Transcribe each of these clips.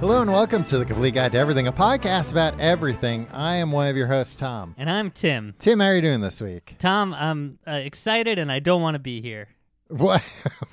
Hello and welcome to the Complete Guide to Everything, a podcast about everything. I am one of your hosts, Tom. And I'm Tim. Tim, how are you doing this week? Tom, I'm uh, excited and I don't want to be here. What,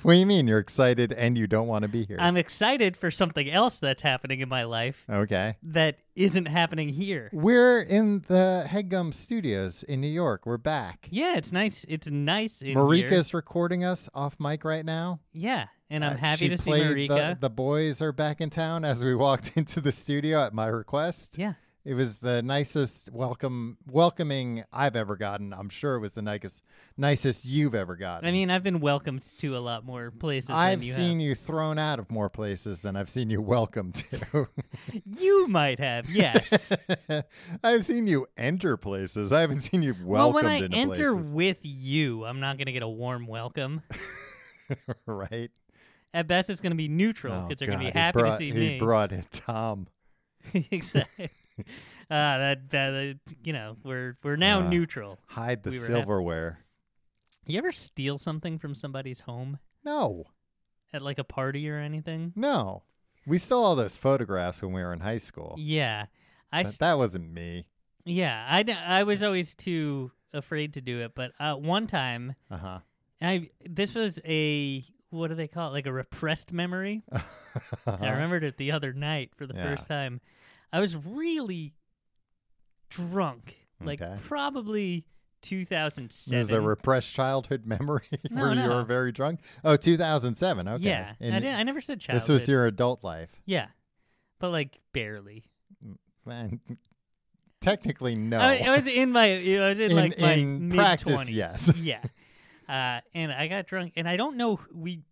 what do you mean? You're excited and you don't want to be here? I'm excited for something else that's happening in my life okay. that isn't happening here. We're in the Headgum Studios in New York. We're back. Yeah, it's nice. It's nice in here. Marika's recording us off mic right now. Yeah, and I'm Uh, happy she to see played Marika. The, the boys are back in town as we walked into the studio at my request. yeah. It was the nicest welcome welcoming I've ever gotten. I'm sure it was the nicest nicest you've ever gotten. I mean, I've been welcomed to a lot more places I've than you seen you thrown out of more places than I've seen you welcome to. have. You might have, yes. I've seen you enter places. I haven't seen you welcomed well, when I into enter places. with you, I'm not going to get a warm welcome. right? At best, it's going to be neutral Oh, because they're going God, he to be happy brought, to see he me. brought it, Tom. exactly. Ah, that, that uh, you know, we're we're now Ah. neutral. Hide the We were happy- silverware. You ever steal something from somebody's home No, at like a party or anything? no. We saw all those photographs when we were in high school. Yeah, I but s- Oh. that wasn't me. yeah I, d- I was always too afraid to do it. But uh, one time, Uh huh. I this was a what do they call it? Like a repressed memory. I remembered it the other night for the Uh-huh. Yeah. first time. I was really drunk, like Okay. probably 2007. It was a repressed childhood memory No, where you no. were very drunk. Oh, 2007. Okay. Yeah, And I, did, I never said childhood. this was your adult life. yeah, but like barely. Man, technically no. I, I was in my, I was in, Oh. In- like my in mid practice, twenties. yes. yeah, uh, and I got drunk, and I don't know. who- We,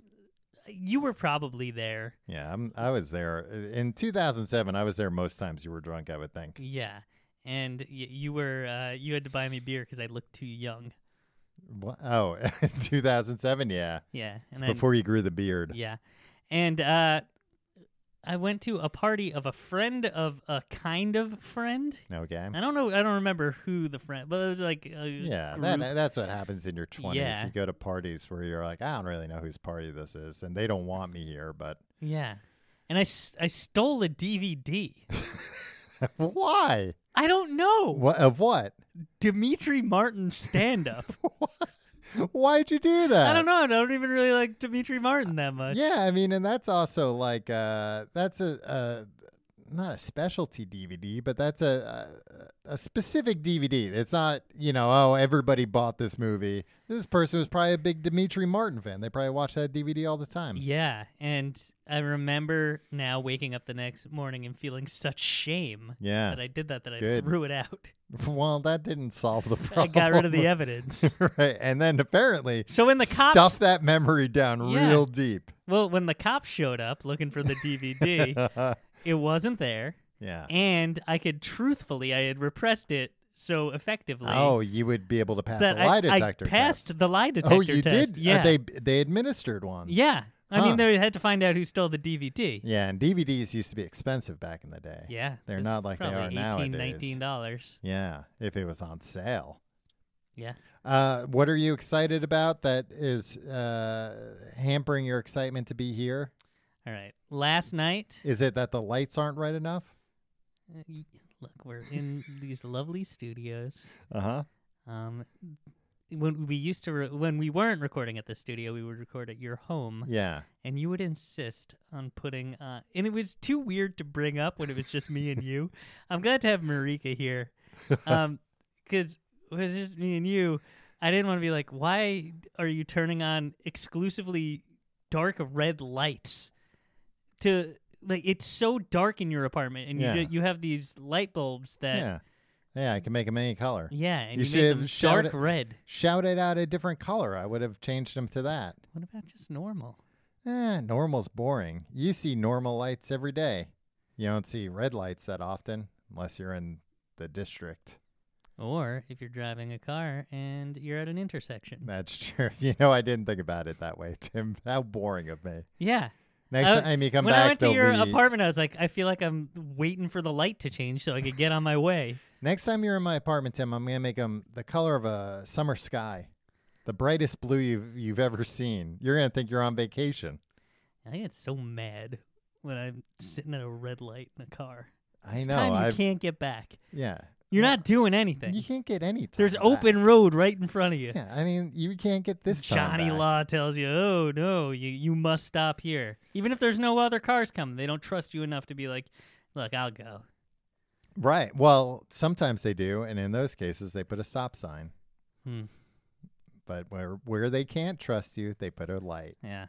you were probably there. yeah, I'm, I was there uh, in 2007. I was there most times you were drunk. I would think. Yeah, and y- you were, uh, you had to buy me beer because I looked too young. What? Oh, 2007. Yeah, Yeah, it's and I, before you grew the beard. Yeah, and uh, I went to a party of a friend of a kind of friend. Okay. I don't know. I don't remember who the friend, but it was like a Yeah, group that, that's what happens in your 20s. Yeah. You go to parties where you're like, I don't really know whose party this is, and they don't want me here, but Yeah. And I, s- I stole a DVD. why? I don't know. What of what? Dimitri Martin stand up. Why'd you do that? I don't know. I don't even really like Dimitri Martin that much. Yeah, I mean, and that's also like uh, that's a, a not a specialty DVD, but that's a, a a specific DVD. It's not you know oh everybody bought this movie. This person was probably a big Dimitri Martin fan. They probably watched that DVD all the time. Yeah. And I remember now waking up the next morning and feeling such shame Yeah. that I did that, that Good. I threw it out. Well, that didn't solve the I problem. got rid of the evidence. right, and then apparently So when the cops, stuff that memory down Yeah. real deep. well, when the cops showed up looking for the DVD, it wasn't there. yeah. And I could truthfully, I had repressed it so effectively. Oh, you would be able to pass that a lie I, I detector passed test. the lie detector Oh, you test. did. Yeah, Uh, they they administered one. yeah. I Huh. mean, they had to find out who stole the DVD. Yeah, and DVDs used to be expensive back in the day. Yeah, They're it's not like they probably are nowadays. $18, $19. Yeah, if it was on sale. Yeah. Uh, what are you excited about that is uh, hampering your excitement to be here? All right. Last night, Is it that the lights aren't right enough? uh, y- look, we're in these lovely studios. Uh huh. Um, when we used to, re- when we weren't recording at the studio, we would record at your home, Yeah. and you would insist on putting. Uh, and it was too weird to bring up when it was just me and you. I'm glad to have Marika here, um, because it was just me and you. I didn't want to be like, why are you turning on exclusively dark red lights? To like, it's so dark in your apartment, and Yeah. you ju- you have these light bulbs that yeah, yeah, yeah. I can make them any color. and You you, should make have them shouted- dark red. Shout it out a different color. I would have changed them to that. What about just normal? Eh, normal's boring. You see normal lights every day. You don't see red lights that often unless you're in the district. Or if you're driving a car and you're at an intersection. That's true. You know, I didn't think about it that way, Tim. How boring of me. Yeah. Next I- time you come Uh, when back, I went to there'll your be- apartment, I was like, I feel like I'm waiting for the light to change so I could get on my way. Next time you're in my apartment, Tim, I'm gonna make them the color of a summer sky, the brightest blue you've you've ever seen. You're gonna think you're on vacation. I get so mad when I'm sitting at a red light in a car. I It's know. Time you I've- can't get back. yeah. You're not doing anything. You can't get any. Time There's back. open road right in front of you. Yeah, I mean, you can't get this time Johnny back. Law tells you, "Oh no, you you must stop here." Even if there's no other cars coming, they don't trust you enough to be like, "Look, I'll go." Right. Well, sometimes they do, and in those cases, they put a stop sign. Hmm. But where where they can't trust you, they put a light. Yeah.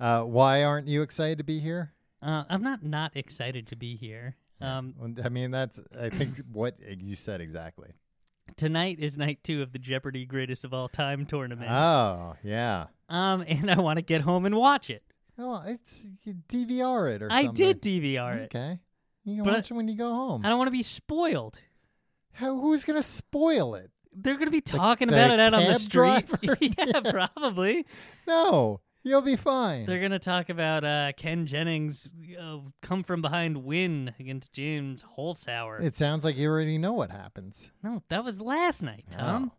Uh, why aren't you excited to be here? Uh, I'm not not excited to be here. Um, I mean, that's I think what you said exactly. tonight is night two of the Jeopardy Greatest of All Time tournament. Oh, yeah. Um, and I want to get home and watch it. Well, it's you DVR it or I something. did DVR it. Okay. You can But I- watch it when you go home. I don't want to be spoiled. How, who's gonna spoil it? They're gonna be talking the about it out on the cab street. driver? yeah, probably. No, you'll be fine. They're gonna talk about uh, Ken Jennings' uh, come from behind win against James Holzhauer. It sounds like you already know what happens. no, that was last night, Tom. Oh.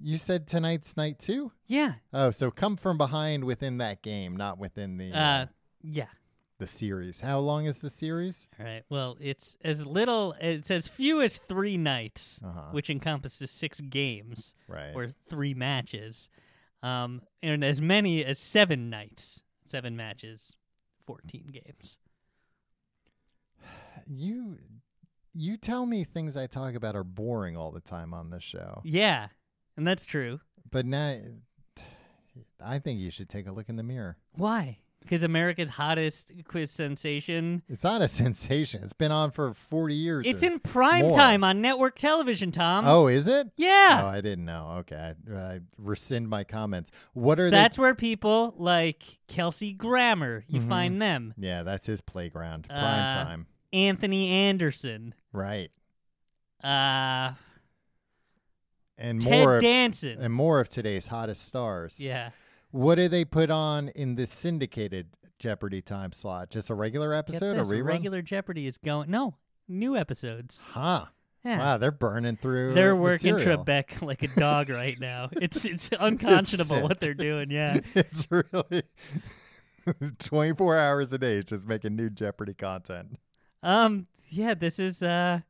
You said tonight's night too. Yeah. Oh, so come from behind within that game, not within the Uh, yeah. the series. How long is the series? All right. Well, it's as little. It's as few as three nights, Uh-huh. which encompasses six games Right. or three matches, um, and as many as seven nights, seven matches, fourteen games. You you tell me things I talk about are boring all the time on this show. Yeah, and that's true. But now I think you should take a look in the mirror. Why? Because America's hottest quiz sensation. It's not a sensation. It's been on for 40 years. It's or- in prime more. time on network television, Tom. Oh, is it? Oh, yeah. I didn't know. Okay. I, I rescind my comments. What are That's where people like Kelsey Grammer, you Mm-hmm. find them. they? Yeah, that's his playground. Prime Uh, time. Anthony Anderson, Right. uh, And more Ted of, Danson. and more of today's hottest stars. yeah. What do they put on in this syndicated Jeopardy time slot? Just a regular Get episode, this, a rerun? Regular Jeopardy is going. No, new episodes. huh. Yeah. Wow, they're burning through. They're working material. Trebek like a dog right now. It's it's unconscionable sick. what they're doing. Yeah. it's really 24 hours a day just making new Jeopardy content. Um. Yeah. This is uh,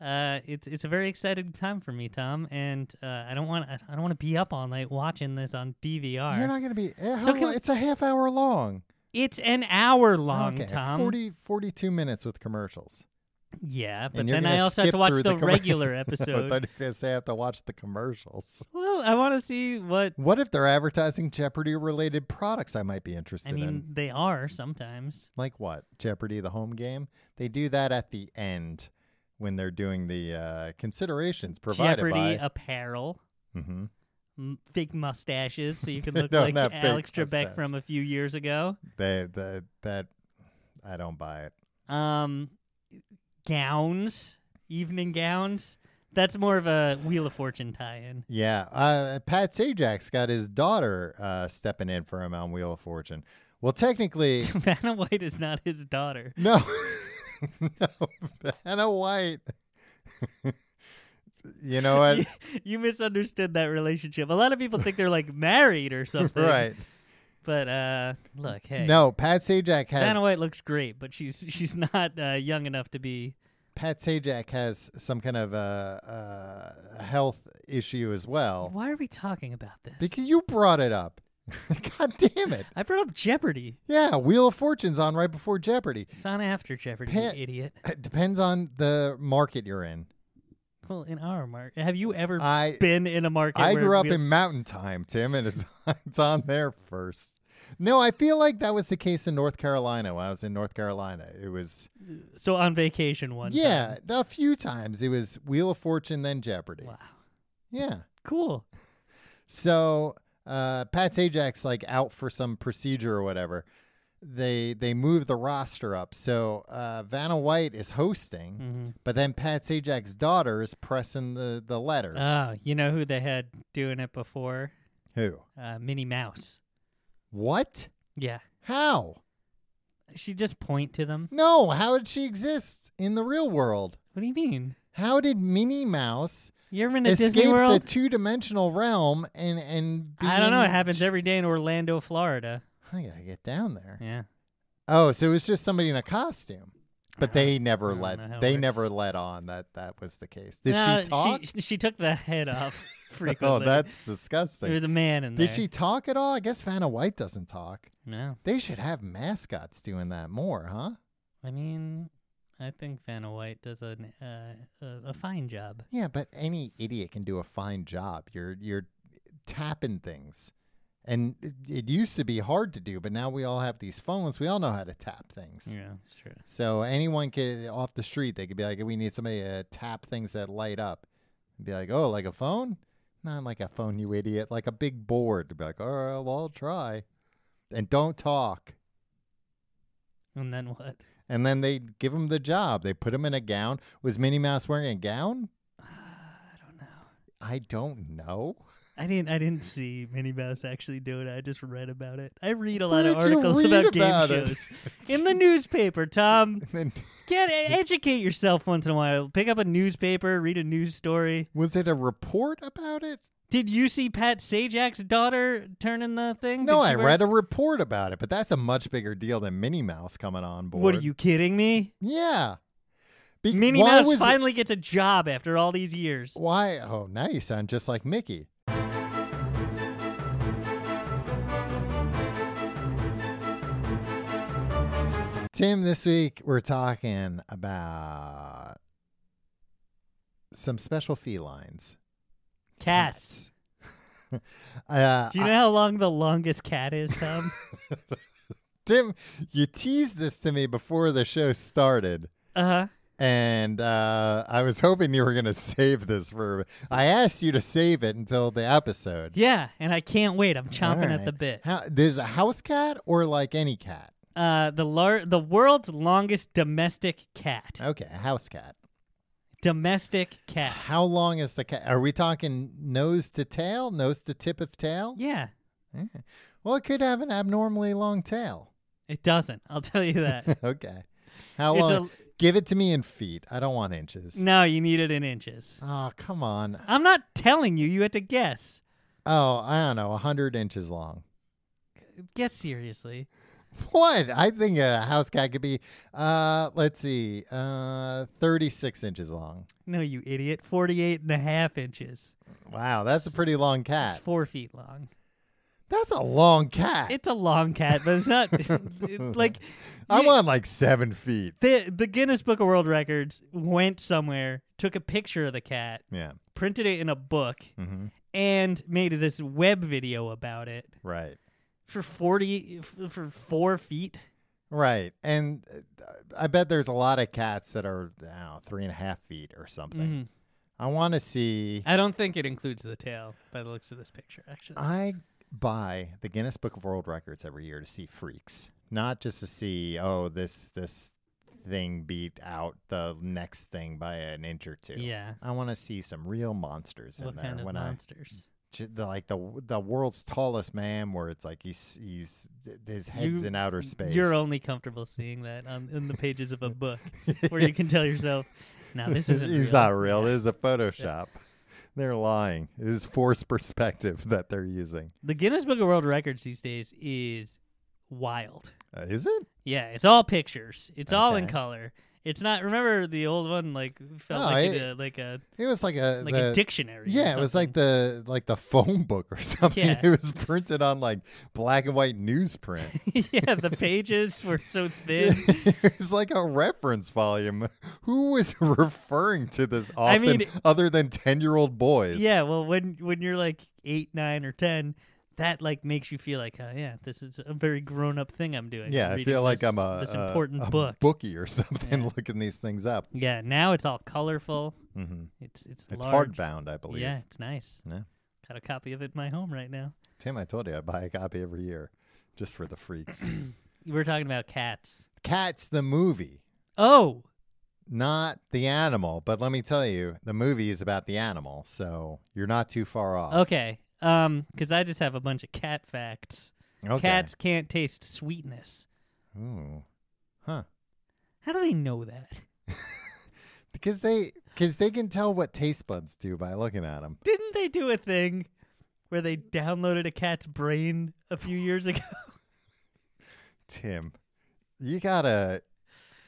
uh. It's it's a very exciting time for me, Tom, and uh, I don't want I I don't want to be up all night watching this on DVR. You're not going to be. eh, So how can- lo- it's a half hour long. it's an hour long, okay, Tom. 40, 42 minutes with commercials. Yeah, but And you're then gonna I also have skip to watch through the, the commer- regular I thought episode. you were going to say I have to watch the commercials. well, I want to see what What if they're advertising Jeopardy related products I might be interested I mean. in? They are sometimes. Like what? Jeopardy, the home game? They do that at the end when they're doing the uh, considerations provided by. Jeopardy apparel. Mhm. m- Fake mustaches, so you can look No, like not fake Alex Trebek mustache. from a few years ago. They, they, that, I don't buy it. um gowns evening gowns that's more of a wheel of fortune tie-in Yeah, uh, Pat Sajak's got his daughter uh, stepping in for him on Wheel of Fortune. Well, technically, vanna white is not his daughter no, no, Vanna White. you know what? you misunderstood that relationship a lot of people think they're like married or something right? but uh look hey No, Pat Sajak has vanna white looks great but she's she's not uh, young enough to be Pat Sajak has some kind of a uh, uh, health issue as well. why are we talking about this Oh. Because you brought it up. God damn it! i brought up jeopardy Yeah, Wheel of Fortune's on right before Jeopardy. it's on after jeopardy Pat- you idiot It depends on the market you're in. people in our market? Have you ever I been in a market? I where grew up we- in Mountain Time, Tim, and it's, it's on there first. No, I feel like that was the case in North Carolina when I was in North Carolina. It was so on vacation one. yeah, time. a few times. It was Wheel of Fortune, then Jeopardy. Wow. Yeah. Cool. So uh, Pat Sajak's like out for some procedure or whatever. They they move the roster up. So uh, Vanna White is hosting, Mhm. but then Pat Sajak's daughter is pressing the the letters. Oh, you know who they had doing it before? Who? Uh, Minnie Mouse. What? Yeah. How? She just point to them. No. How did she exist in the real world? What do you mean? How did Minnie Mouse You ever been to escape Disney World? the two dimensional realm and and? Be I don't know. It in- happens every day in Orlando, Florida. I gotta get down there. Yeah. Oh, so it was just somebody in a costume. But they I never don't know how let it they works. never let on that that was the case. Did No, she talk? She, she took the head off oh, frequently. that's there disgusting. was a man in Did there. she talk at all? I guess Vanna White doesn't talk. No. They should have mascots doing that more, huh? I mean, I think Vanna White does an, uh, a, a fine job. Yeah, but any idiot can do a fine job. You're you're tapping things. And it, it used to be hard to do, but now we all have these phones. We all know how to tap things. Yeah, that's true. So anyone could off the street, they could be like, "We need somebody to tap things that light up." And be like, "Oh, like a phone? Not like a phone, you idiot! Like a big board." To be like, "All right, well, I'll try," and don't talk. And then what? And then they give him the job. They put him in a gown. Was Minnie Mouse wearing a gown? I don't know. I don't know. I didn't. I didn't see Minnie Mouse actually do it. I just read about it. I read a lot of did you articles read about game about it? shows in the newspaper. Tom, And then get e-, educate yourself once in a while. Pick up a newspaper, read a news story. was it a report about it? Did you see Pat Sajak's daughter turning the thing? No, Did she I wear- read a report about it, but that's a much bigger deal than Minnie Mouse coming on board. What are you kidding me? Yeah. Be- Minnie why Mouse was it- finally gets a job after all these years. Why? Oh, now you sound just like Mickey. Tim, this week we're talking about some special felines. Cats. Uh, Do you I- know how long the longest cat is, Tom? Tim, you teased this to me before the show started. uh huh. And uh, I was hoping you were going to save this for. I asked you to save it until the episode. Yeah, and I can't wait. I'm chomping at Alright. the bit. How, there's a house cat or like any cat? Uh, the lar- the world's longest domestic cat. Okay, a house cat. Domestic cat. How long is the cat? Are we talking nose to tail, nose to tip of tail? Yeah, Yeah. Well, it could have an abnormally long tail. it doesn't. I'll tell you that. okay. How It's long? Give it to me in feet. I don't want inches. no, you need it in inches. Oh, come on. I'm not telling you. You had to guess. Oh, I don't know. 100 inches long. Guess seriously. What? I think a house cat could be, uh, let's see, uh, 36 inches long. No, you idiot. 48 and a half inches. Wow, that's a pretty long cat. It's four feet long. That's a long cat. It's a long cat, but it's not it- like. I you- want like seven feet. the the Guinness Book of World Records went somewhere, took a picture of the cat, Yeah. printed it in a book, Mm-hmm. and made this web video about it Right. for forty f- for four feet. Right. And uh, I bet there's a lot of cats that are I don't know, three and a half feet or something. Mhm. I want to see. I don't think it includes the tail by the looks of this picture. Actually, I buy the Guinness Book of World Records every year to see freaks, not just to see, oh, this, this thing beat out the next thing by an inch or two. yeah. I want to see some real monsters in What there kind of when I monsters? j- the, like the the world's tallest man, where it's like he's he's th- his head's You- in outer space. You're only comfortable seeing that on, in the pages of a book, where you can tell yourself, "Now this isn't." he's real." not real. This is a Photoshop. They're lying. It is forced perspective that they're using. The Guinness Book of World Records these days is wild. Uh, is it? Yeah, it's all pictures. It's all in Okay. color. It's not. Remember the old one? Like felt No, like it- it, uh, like a It was like a like the- a dictionary. or Yeah, it was like something. the like the phone book or something. Yeah. It was printed on like black and white newsprint. yeah, the pages were so thin. it was like a reference volume. Who was referring to this often I mean- other than ten year old boys? yeah, well, when when you're like eight, nine, or ten, that like makes you feel like, oh yeah, this is a very grown up thing I'm doing. Yeah, I reading feel like this- I'm a, this a- important a book. bookie or something looking these things up. Yeah, now it's all colorful. hmm It's it's It's large. hardbound, I believe. Yeah, it's nice. Yeah. Got a copy of it in my home right now. Tim, I told you I buy a copy every year just for the freaks. We were talking about cats. Cats the movie. Oh, Not the animal, but let me tell you, the movie is about the animal, so you're not too far off. okay. Um, because I just have a bunch of cat facts. Okay. Oh, Cats can't taste sweetness. Ooh. Huh. How do they know that? Because they because they can tell what taste buds do by looking at them. Didn't they do a thing where they downloaded a cat's brain a few years ago? Tim, you gotta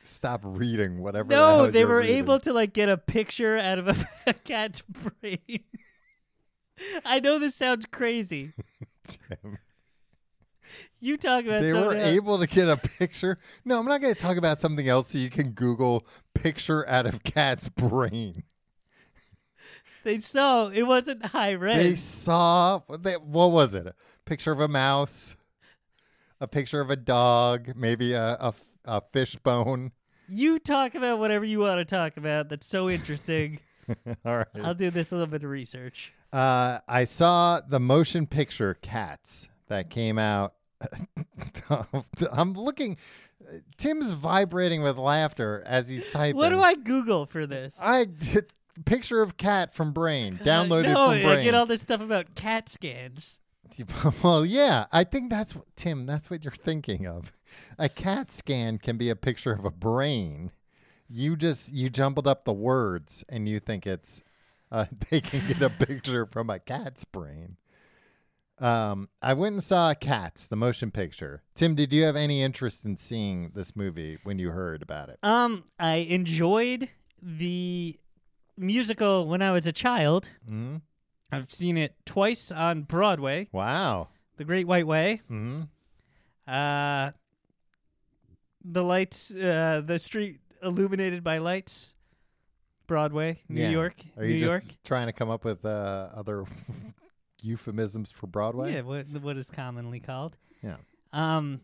stop reading whatever. the no, hell they you're were reading. able to like get a picture out of a, a cat's brain. I know this sounds crazy. Tim, You talk about They something were else. able to get a picture. No, I'm not gonna talk about something else. So you can Google picture out of cat's brain. They so it wasn't high res. They saw they, what was it? A picture of a mouse, a picture of a dog, maybe a a, f- a fish bone. You talk about whatever you want to talk about. That's so interesting. All right. I'll do this a little bit of research. Uh, I saw the motion picture Cats that came out. I'm looking. Tim's vibrating with laughter as he's typing. What do I Google for this? Uh, I picture of cat from Brain downloaded no, from I Brain. get all this stuff about cat scans. well, yeah, I think that's what Tim. That's what you're thinking of. A cat scan can be a picture of a brain. You just you jumbled up the words and you think it's uh, they can get a picture from a cat's brain. Um, I went and saw Cats, the motion picture. Tim, did you have any interest in seeing this movie when you heard about it? Um, I enjoyed the musical when I was a child. hmm I've seen it twice on Broadway, Wow. The Great White Way. hmm Uh, the lights, uh, the street illuminated by lights. Broadway, New Yeah. York, Are you New just York. trying to come up with uh, other euphemisms for Broadway? Yeah, what what is commonly called. Yeah. Um,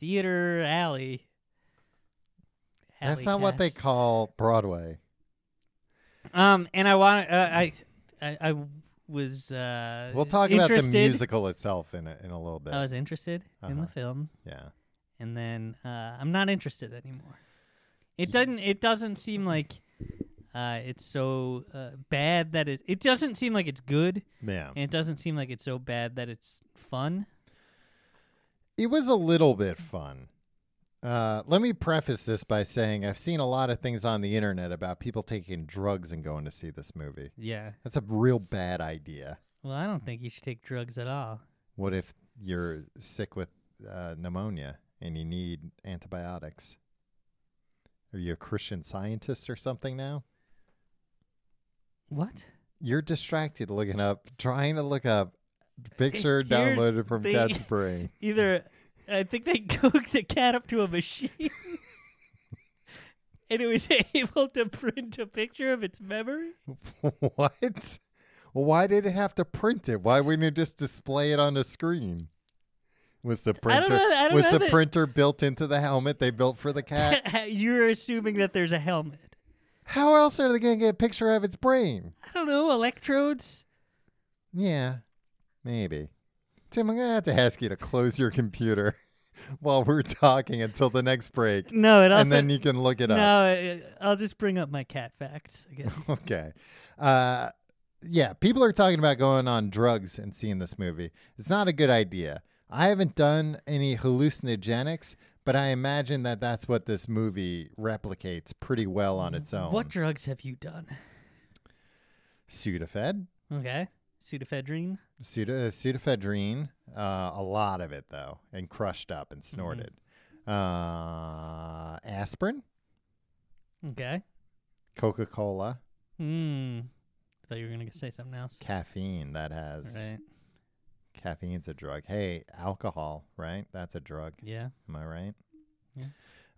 theater alley. That's Alley not what they cats. call Broadway. Um, and I want uh, I, I I was uh. We'll talk interested. Uh, about the musical itself in a, in a little bit. I was interested in Uh-huh. the film, yeah. and then uh, I'm not interested anymore. It doesn't. It doesn't seem like. Uh, it's so uh, bad that it it doesn't seem like it's good, Yeah. and it doesn't seem like it's so bad that it's fun. It was a little bit fun. Uh, let me preface this by saying I've seen a lot of things on the internet about people taking drugs and going to see this movie. Yeah. That's a real bad idea. Well, I don't think you should take drugs at all. What if you're sick with uh, pneumonia and you need antibiotics? Are you a Christian scientist or something now? What? You're distracted looking up, trying to look up picture Here's downloaded from the- Cat's brain. Either I think they hooked the cat up to a machine and it was able to print a picture of its memory. what? Why did it have to print it? Why wouldn't it just display it on a screen? Was the I don't printer know- I don't was know the that- printer built into the helmet they built for the cat? You're assuming that there's a helmet. How else are they gonna get a picture of its brain? I don't know, electrodes? Yeah, maybe. Tim, I'm gonna have to ask you to close your computer while we're talking until the next break, No, it also. and then you can look it no, up. I- I'll just bring up my cat facts again. okay. Uh, yeah, people are talking about going on drugs and seeing this movie. It's not a good idea. I haven't done any hallucinogenics, but I imagine that that's what this movie replicates pretty well on its own. What drugs have you done? Sudafed, Okay. Pseudoephedrine? Mm-hmm. Suda, Sudafedrine, uh, a lot of it though, and crushed up and snorted. uh, aspirin, Okay. Coca Cola, Hmm. Thought you were gonna say something else. caffeine. That has Right. caffeine's a drug. Hey, alcohol, right? That's a drug. Yeah. Am I right? Yeah.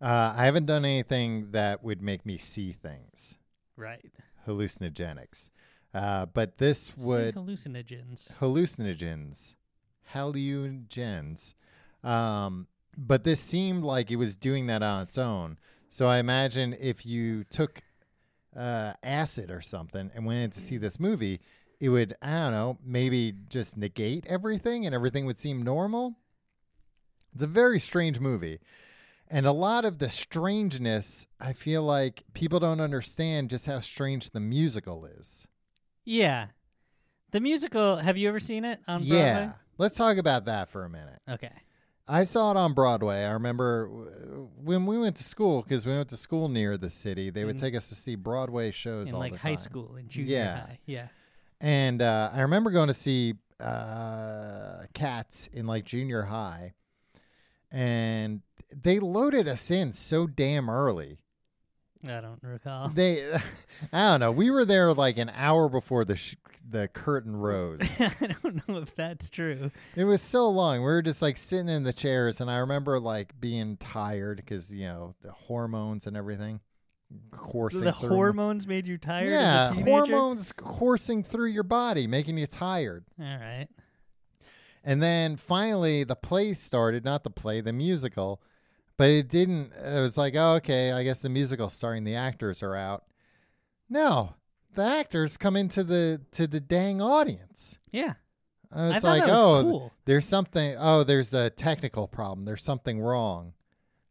Uh, I haven't done anything that would make me see things, Right. hallucinogenics. Uh, but this See, would hallucinogens? hallucinogens, hallugens. Um, but this seemed like it was doing that on its own. So I imagine if you took uh, acid or something and went in to see this movie, it would I don't know maybe just negate everything and everything would seem normal. It's a very strange movie. And a lot of the strangeness, I feel like people don't understand just how strange the musical is. Yeah. The musical. Have you ever seen it on yeah. Let's talk about that for a minute. Broadway? Okay. I saw it on Broadway. I remember uh, when we went to school because we went to school near the city. They would In- take us to see Broadway shows Mm-hmm. In all like the high time. school and junior Yeah. high. Yeah. And uh, I remember going to see uh, Cats in like junior high, and they loaded us in so damn early. I don't recall. They, I don't know. We were there like an hour before the sh- the curtain rose. I don't know if that's true. It was so long. We were just like sitting in the chairs, and I remember like being tired because you know the hormones and everything coursing. the through. hormones made you tired as yeah, a teenager. hormones coursing through your body, making you tired. All right. And then finally, the play started. Not the play, the musical, but it didn't. It was like, oh, okay, I guess the musical starting. The actors are out. No, the actors come into the to the dang audience. Yeah. I was I thought like, that oh, was cool. there's something. Oh, there's a technical problem. There's something wrong.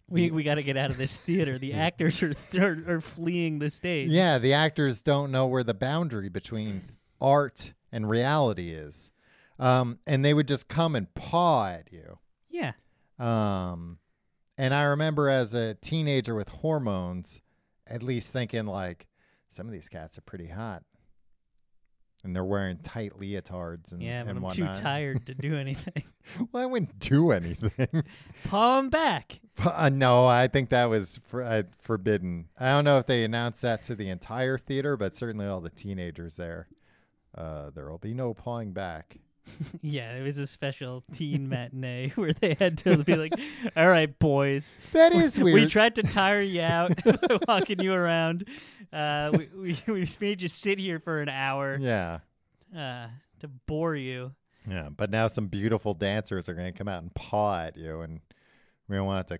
We we got to get out of this theater. The actors are, are are fleeing the stage. Yeah, the actors don't know where the boundary between art and reality is, um, and they would just come and paw at you. Yeah. Um, and I remember as a teenager with hormones, at least thinking like, some of these cats are pretty hot, and they're wearing tight leotards and Yeah, but and I'm whatnot. too tired to do anything. Well, I wouldn't do anything. Paw 'em back. Uh, no, I think that was for, uh, forbidden. I don't know if they announced that to the entire theater, but certainly all the teenagers there. Uh, there will be no pawing back. Yeah, it was a special teen matinee where they had to be like, "All right, boys, That is weird. we tried to tire you out by walking you around. Uh, we, we we made you sit here for an hour yeah, uh, to bore you." yeah. But now some beautiful dancers are going to come out and paw at you, and we're going to want to,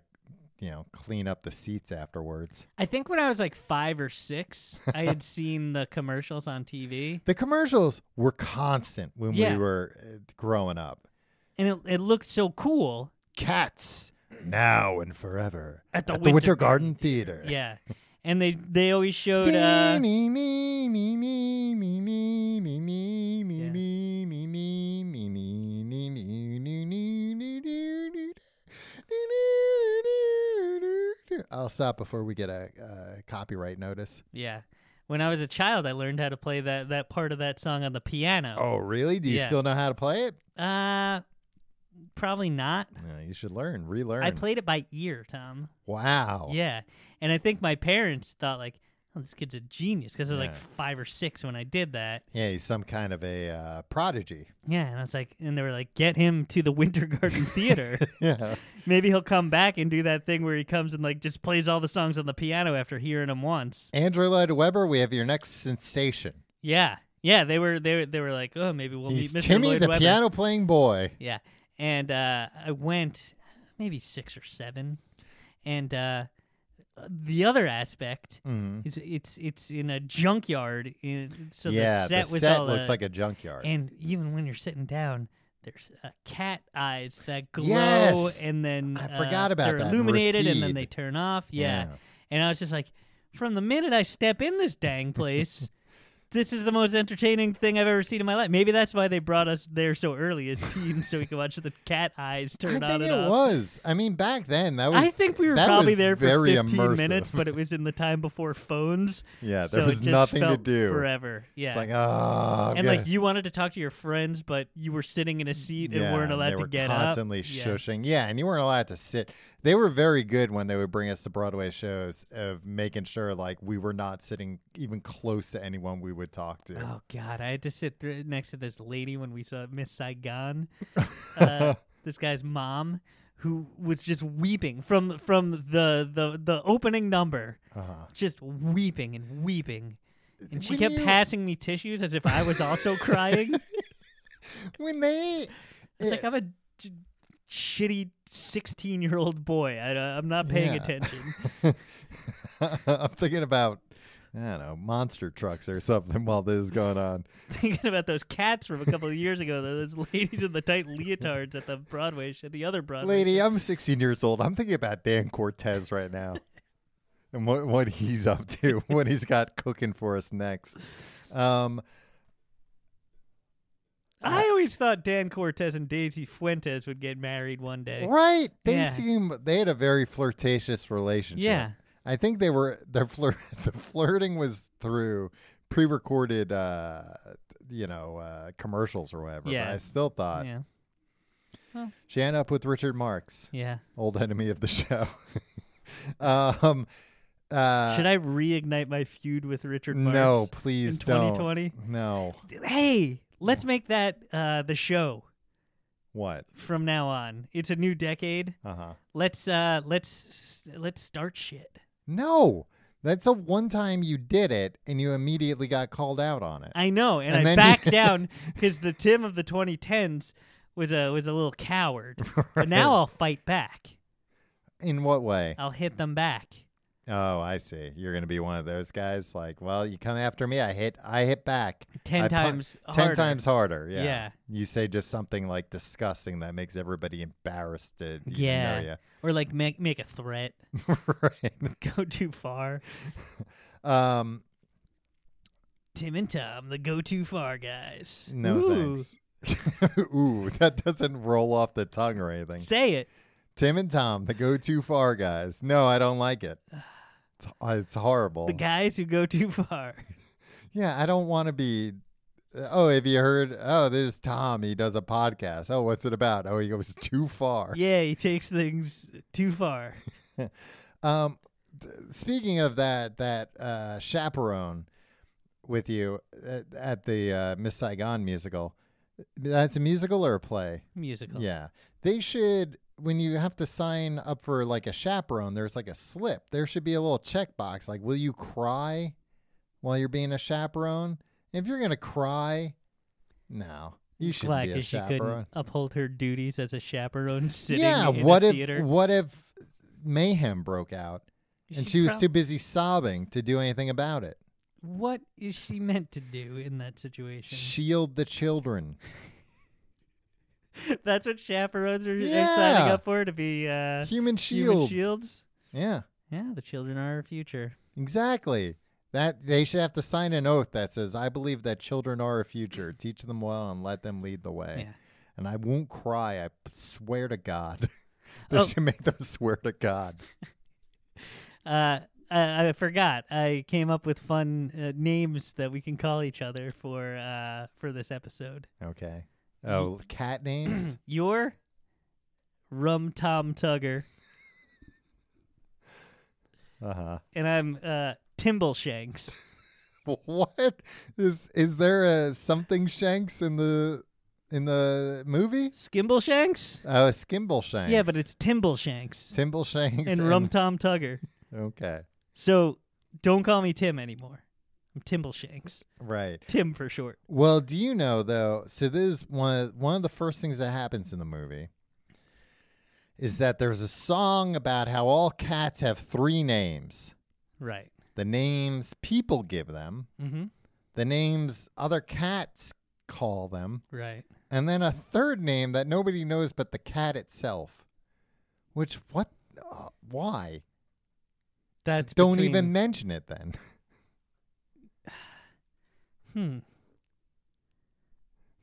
you know, clean up the seats afterwards. I think when I was like five or six, I had seen the commercials on TV, The commercials were constant when Yeah. we were uh, growing up. and it, it looked so cool. Cats now and forever At the the Winter Winter Garden Garden Theater. Yeah, and they they always showed. Uh, I'll stop before we get a uh, copyright notice. yeah, when I was a child, I learned how to play that that part of that song on the piano. Oh, really? Do you Yeah. still know how to play it? Uh, probably not. Yeah, you should learn, relearn. I played it by ear, Tom. Wow. Yeah, and I think my parents thought like, "Oh, this kid's a genius," because I was Yeah. like five or six when I did that. Yeah, he's some kind of a uh, prodigy. Yeah, and I was like, and they were like, "Get him to the Winter Garden Theater. Yeah. Maybe he'll come back and do that thing where he comes and like just plays all the songs on the piano after hearing them once." Andrew Lloyd Webber, we have your next sensation. Yeah, yeah, they were they were, they were like, "Oh, maybe we'll he's meet Mr. Timmy, Lloyd the Webber." piano playing boy. Yeah, and uh, I went maybe six or seven, and uh, the other aspect Mhm. It's it's it's in a junkyard. In, so yeah, the set was all uh, looks the, like a junkyard. and even when you're sitting down, there's uh, cat eyes that glow, Yes! and then I uh, forgot about they're that and illuminated, and then recede. they turn off. Yeah. Yeah. and I was just like, from the minute I step in this dang place, this is the most entertaining thing I've ever seen in my life. Maybe that's why they brought us there so early as teens, so we could watch the cat eyes I turn think on it and off. was. I mean, back then that was. I think we were that probably was there for very 15 immersive. minutes, but it was in the time before phones. Yeah, so there was it just nothing to felt do. Forever. Yeah. It's like oh, and like you wanted to talk to your friends, but you were sitting in a seat and weren't allowed they to were get constantly up. Yeah. shushing. Yeah, and you weren't allowed to sit. They were very good when they would bring us to Broadway shows of making sure like we were not sitting even close to anyone we would talk to. Oh God, I had to sit thr- next to this lady when we saw Miss Saigon. Uh, this guy's mom, who was just weeping from from the the the opening number, Uh-huh. just weeping and weeping. And she When kept you- passing me tissues as if I was also crying. Oh. When they It's Yeah. like I'm a j- shitty sixteen-year-old boy. I, uh, I'm not paying Yeah. attention. I'm thinking about I don't know, monster trucks or something while this is going on. Thinking about those cats from a couple of years ago, those ladies in the tight leotards at the Broadway show, the other Broadway. Lady, I'm 16 years old. I'm thinking about Dan Cortez right now and what, what he's up to, what he's got cooking for us next. Um, I always thought Dan Cortez and Daisy Fuentes would get married one day. right. They Eh, Yeah. seem, they had a very flirtatious relationship. Yeah. I think they were, their flirt, the flirting was through pre recorded, uh, you know, uh, commercials or whatever. Yeah. But I still thought Yeah. she ended up with Richard Marks, Yeah. old enemy of the show. um, uh, Should I reignite my feud with Richard Marx? No, please in don't. 2020? No. Hey, let's make that uh, the show What? from now on. It's a new decade. Uh huh. Let's uh let's let's start shit. No. That's a one time you did it and you immediately got called out on it. I know, and, And I then- backed down because the Tim of the 2010s was a was a little coward. But now I'll fight back. In what way? I'll hit them back. Oh, I see. You're gonna be one of those guys like, well, you come after me, I hit I hit back. Ten I pu- times Ten harder. times harder, yeah. Yeah. You say just something like disgusting that makes everybody embarrassed to even Yeah. know Or like make make a threat. you. right. Go too far. Um Tim and Tom, the go too far guys. no Ooh. thanks. Ooh, that doesn't roll off the tongue or anything. Say it. Tim and Tom, the go too far guys. No, I don't like it. It's, it's horrible. The guys who go too far. yeah, I don't want to be. Oh, have you heard? Oh, this is Tom. He does a podcast. Oh, what's it about? Oh, he goes too far. Yeah, he takes things too far. Um, th- speaking of that, that uh, chaperone with you at, at the uh, Miss Saigon musical. That's a musical or a play? Musical. Yeah. They should when you have to sign up for like a chaperone, there's like a slip. There should be a little checkbox like will you cry while you're being a chaperone? If you're going to cry, no. You shouldn't Why? be a Because she couldn't chaperone. uphold her duties as a chaperone sitting yeah, in what a if theater. what if mayhem broke out and she, was prob- too busy sobbing to do anything about it? What is she meant to do in that situation? Shield the children. That's what chaperones are, are signing Yeah. up for to be uh, Human human shields. shields. Yeah. Yeah, the children are our future. Exactly. That they should have to sign an oath that says, "I believe that children are a future. Teach them well and let them lead the way." Yeah. And I won't cry. I p- swear to God. they Oh. should make them swear to God. Uh, I, I forgot. I came up with fun uh, names that we can call each other for uh, for this episode. Okay. Oh, cat names. Your Rum Tom Tugger, uh huh. and I'm uh, Timble Shanks. What is is there a something Shanks in the in the movie? Skimble Shanks? Oh, Skimble Shanks. Yeah, but it's Timble Shanks Timble Shanks and Rum Tom Tugger. Okay. So don't call me Tim anymore. I'm Timble Shanks. Right. Tim for short. Well, do you know though? So this is one of, one of the first things that happens in the movie is that there's a song about how all cats have three names: Right. the names people give them, Mm-hmm. the names other cats call them, Right. and then a third name that nobody knows but the cat itself. Which what? Uh, why? That's Don't between- even mention it then. Hmm.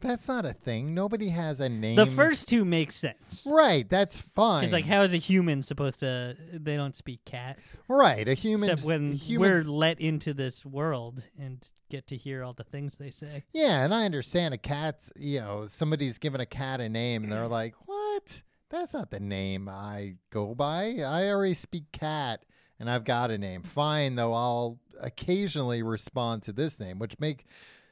That's not a thing. Nobody has a name. The first two make sense. Right, that's fine. Because like, how is a human supposed to? They don't speak cat, right, a human. except when humans, we're let into this world and get to hear all the things they say. Yeah, and I understand a cat's, you know, somebody's given a cat a name and they're like, what? That's not the name I go by. I already speak cat and I've got a name. Fine, though, I'll occasionally respond to this name, which make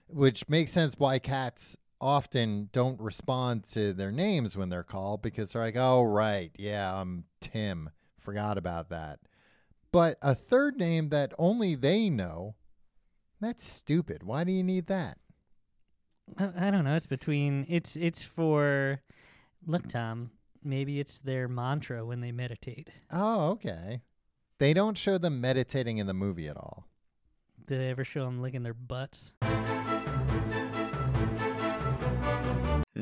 which makes sense why cats often don't respond to their names when they're called because they're like, oh, right, yeah, I'm Tim. Forgot about that. But a third name that only they know, that's stupid. Why do you need that? I I don't know. It's between it's it's for look, Tom. Maybe it's their mantra when they meditate. Oh, okay. They don't show them meditating in the movie at all. Do they ever show them licking their butts?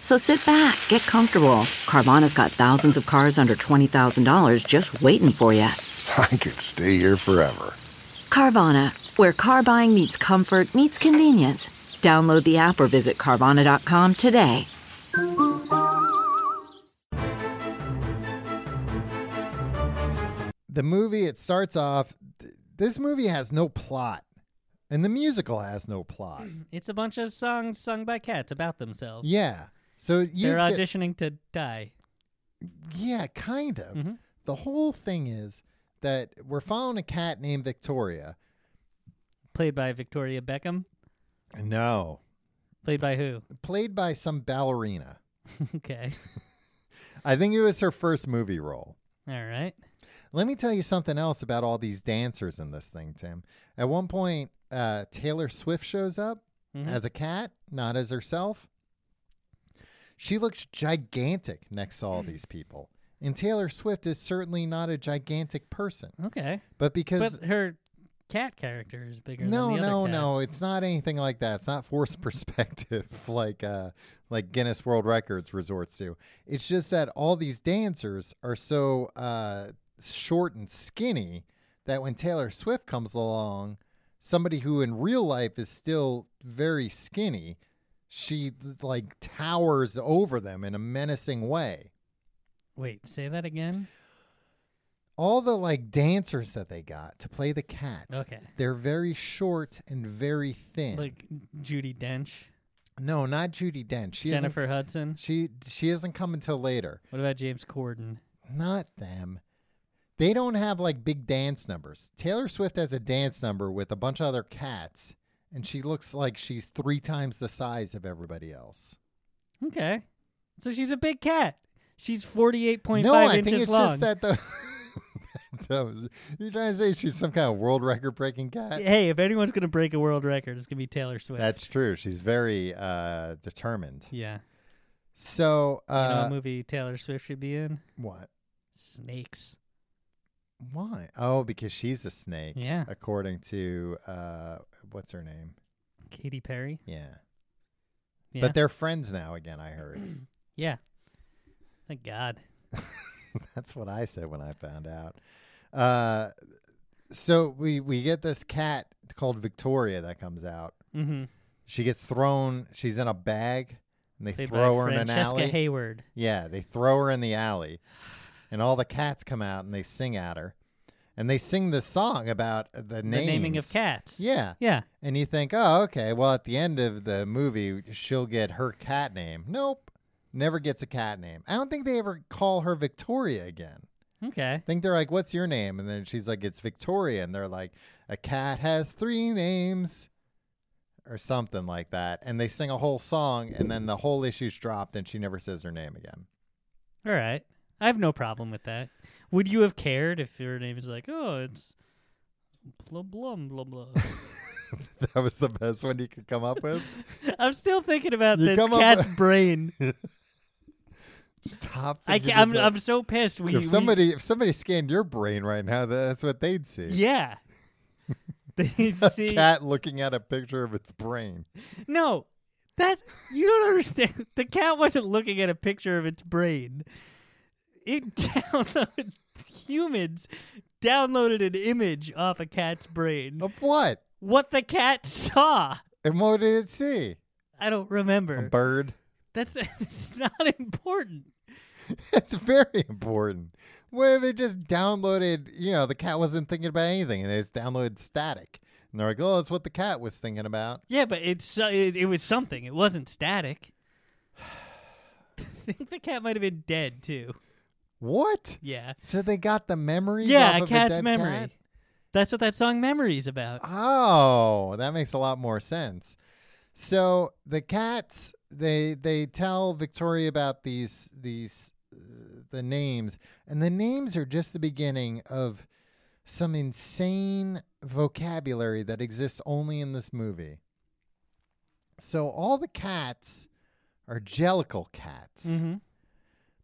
So sit back, get comfortable. Carvana's got thousands of cars under $20,000 just waiting for you. I could stay here forever. Carvana, where car buying meets comfort, meets convenience. Download the app or visit Carvana.com today. The movie, it starts off, th- this movie has no plot, and the musical has no plot. It's a bunch of songs sung by cats about themselves. Yeah. So you They're just get- auditioning to die. Yeah, kind of. The whole thing is that we're following a cat named Victoria. Played by Victoria Beckham. No. Played by who? Played by some ballerina. okay. I think it was her first movie role. All right. Let me tell you something else about all these dancers in this thing, Tim. At one point, uh, Taylor Swift shows up as a cat, not as herself. She looks gigantic next to all these people. And Taylor Swift is certainly not a gigantic person. Okay. But because. But her cat character is bigger no, than the no, other no. cats. It's not anything like that. It's not forced perspective like uh, like Guinness World Records resorts to. It's just that all these dancers are so uh, short and skinny that when Taylor Swift comes along, somebody who in real life is still very skinny, she like towers over them in a menacing way. Wait, say that again? all the like dancers that they got to play the cats. Okay. They're very short and very thin. Like Judy Dench, no, not Judy Dench. She isn't- Jennifer Hudson. She she doesn't come until later. What about James Corden? Not them. They don't have like big dance numbers. Taylor Swift has a dance number with a bunch of other cats, and she looks like she's three times the size of everybody else. Okay. So she's a big cat. She's 48.5 no, I inches think it's long. just that the That was- You're trying to say she's some kind of world record breaking cat? Hey, if anyone's gonna break a world record, it's gonna be Taylor Swift. That's true. She's very uh, determined. yeah. So, You know uh, what movie Taylor Swift should be in? what? Snakes. Why? Oh, because she's a snake. Yeah. According to uh, what's her name? Katy Perry. Yeah. Yeah. But they're friends now again. I heard. yeah. Thank God. That's what I said when I found out. Uh, so we we get this cat called Victoria that comes out. Mm-hmm. She gets thrown. She's in a bag, and they throw her in an Francesca alley. Hayward. Yeah, they throw her in the alley, and all the cats come out and they sing at her, and they sing this song about the, The naming of names. cats. Yeah, Yeah. and you think, oh, okay, well, at the end of the movie, she'll get her cat name. Nope, never gets a cat name. I don't think they ever call her Victoria again. Okay. I think they're like, "What's your name?" And then she's like, "It's Victoria," and they're like, "A cat has three names." Or something like that, and they sing a whole song, and then the whole issue's dropped, and she never says her name again. All right. I have no problem with that. Would you have cared if your name is like, oh, it's blah blah blah blah? that was the best one you could come up with. I'm still thinking about You this come up cat's with- brain. Stop. I thinking can't, I'm about- I'm so pissed. We if we- somebody if somebody scanned your brain right now, that's what they'd see. yeah. They A see cat looking at a picture of its brain. no, that's you don't understand. The cat wasn't looking at a picture of its brain. It downloaded humans downloaded an image off a cat's brain. Of what? What the cat saw, And what did it see? I don't remember. A bird. That's it's not important. It's very important. What if it just downloaded? You know, the cat wasn't thinking about anything, and it's downloaded static. And they're like, "Oh, that's what the cat was thinking about." Yeah, but it's uh, it, it was something. It wasn't static. I think the cat might have been dead too. What? Yeah, So they got the memory. yeah, off a of cat's dead memory. cat? Ah, That's what that song "Memories" about. Oh, that makes a lot more sense. So the cats they they tell Victoria about these these uh, the names and the names are just the beginning of some insane vocabulary that exists only in this movie. So all the cats are jellicle cats, Mm-hmm.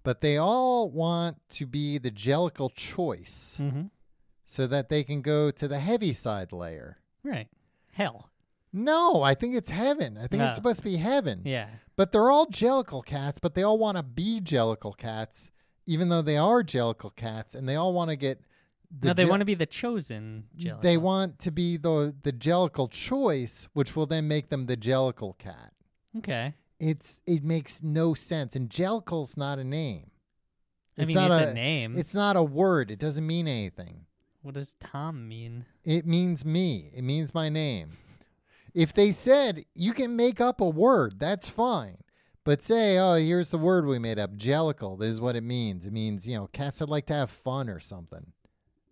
but they all want to be the jellicle choice Mm-hmm. so that they can go to the heavy side layer. Right. Hell. No, I think it's heaven. I think No. it's supposed to be heaven. Yeah. But they're all jellicle cats, but they all want to be jellicle cats, even though they are jellicle cats, and they all want to get. The no, they je- want to be the chosen. Jellicle. They want to be the the jellicle choice, which will then make them the jellicle cat. Okay. It's it makes no sense, and jellicle's not a name. I mean, it's a name. It's not a word. It doesn't mean anything. What does Tom mean? It means me. It means my name. If they said you can make up a word, that's fine. But say, oh, here's the word we made up, jellicle. This is what it means. It means, you know, cats that like to have fun or something.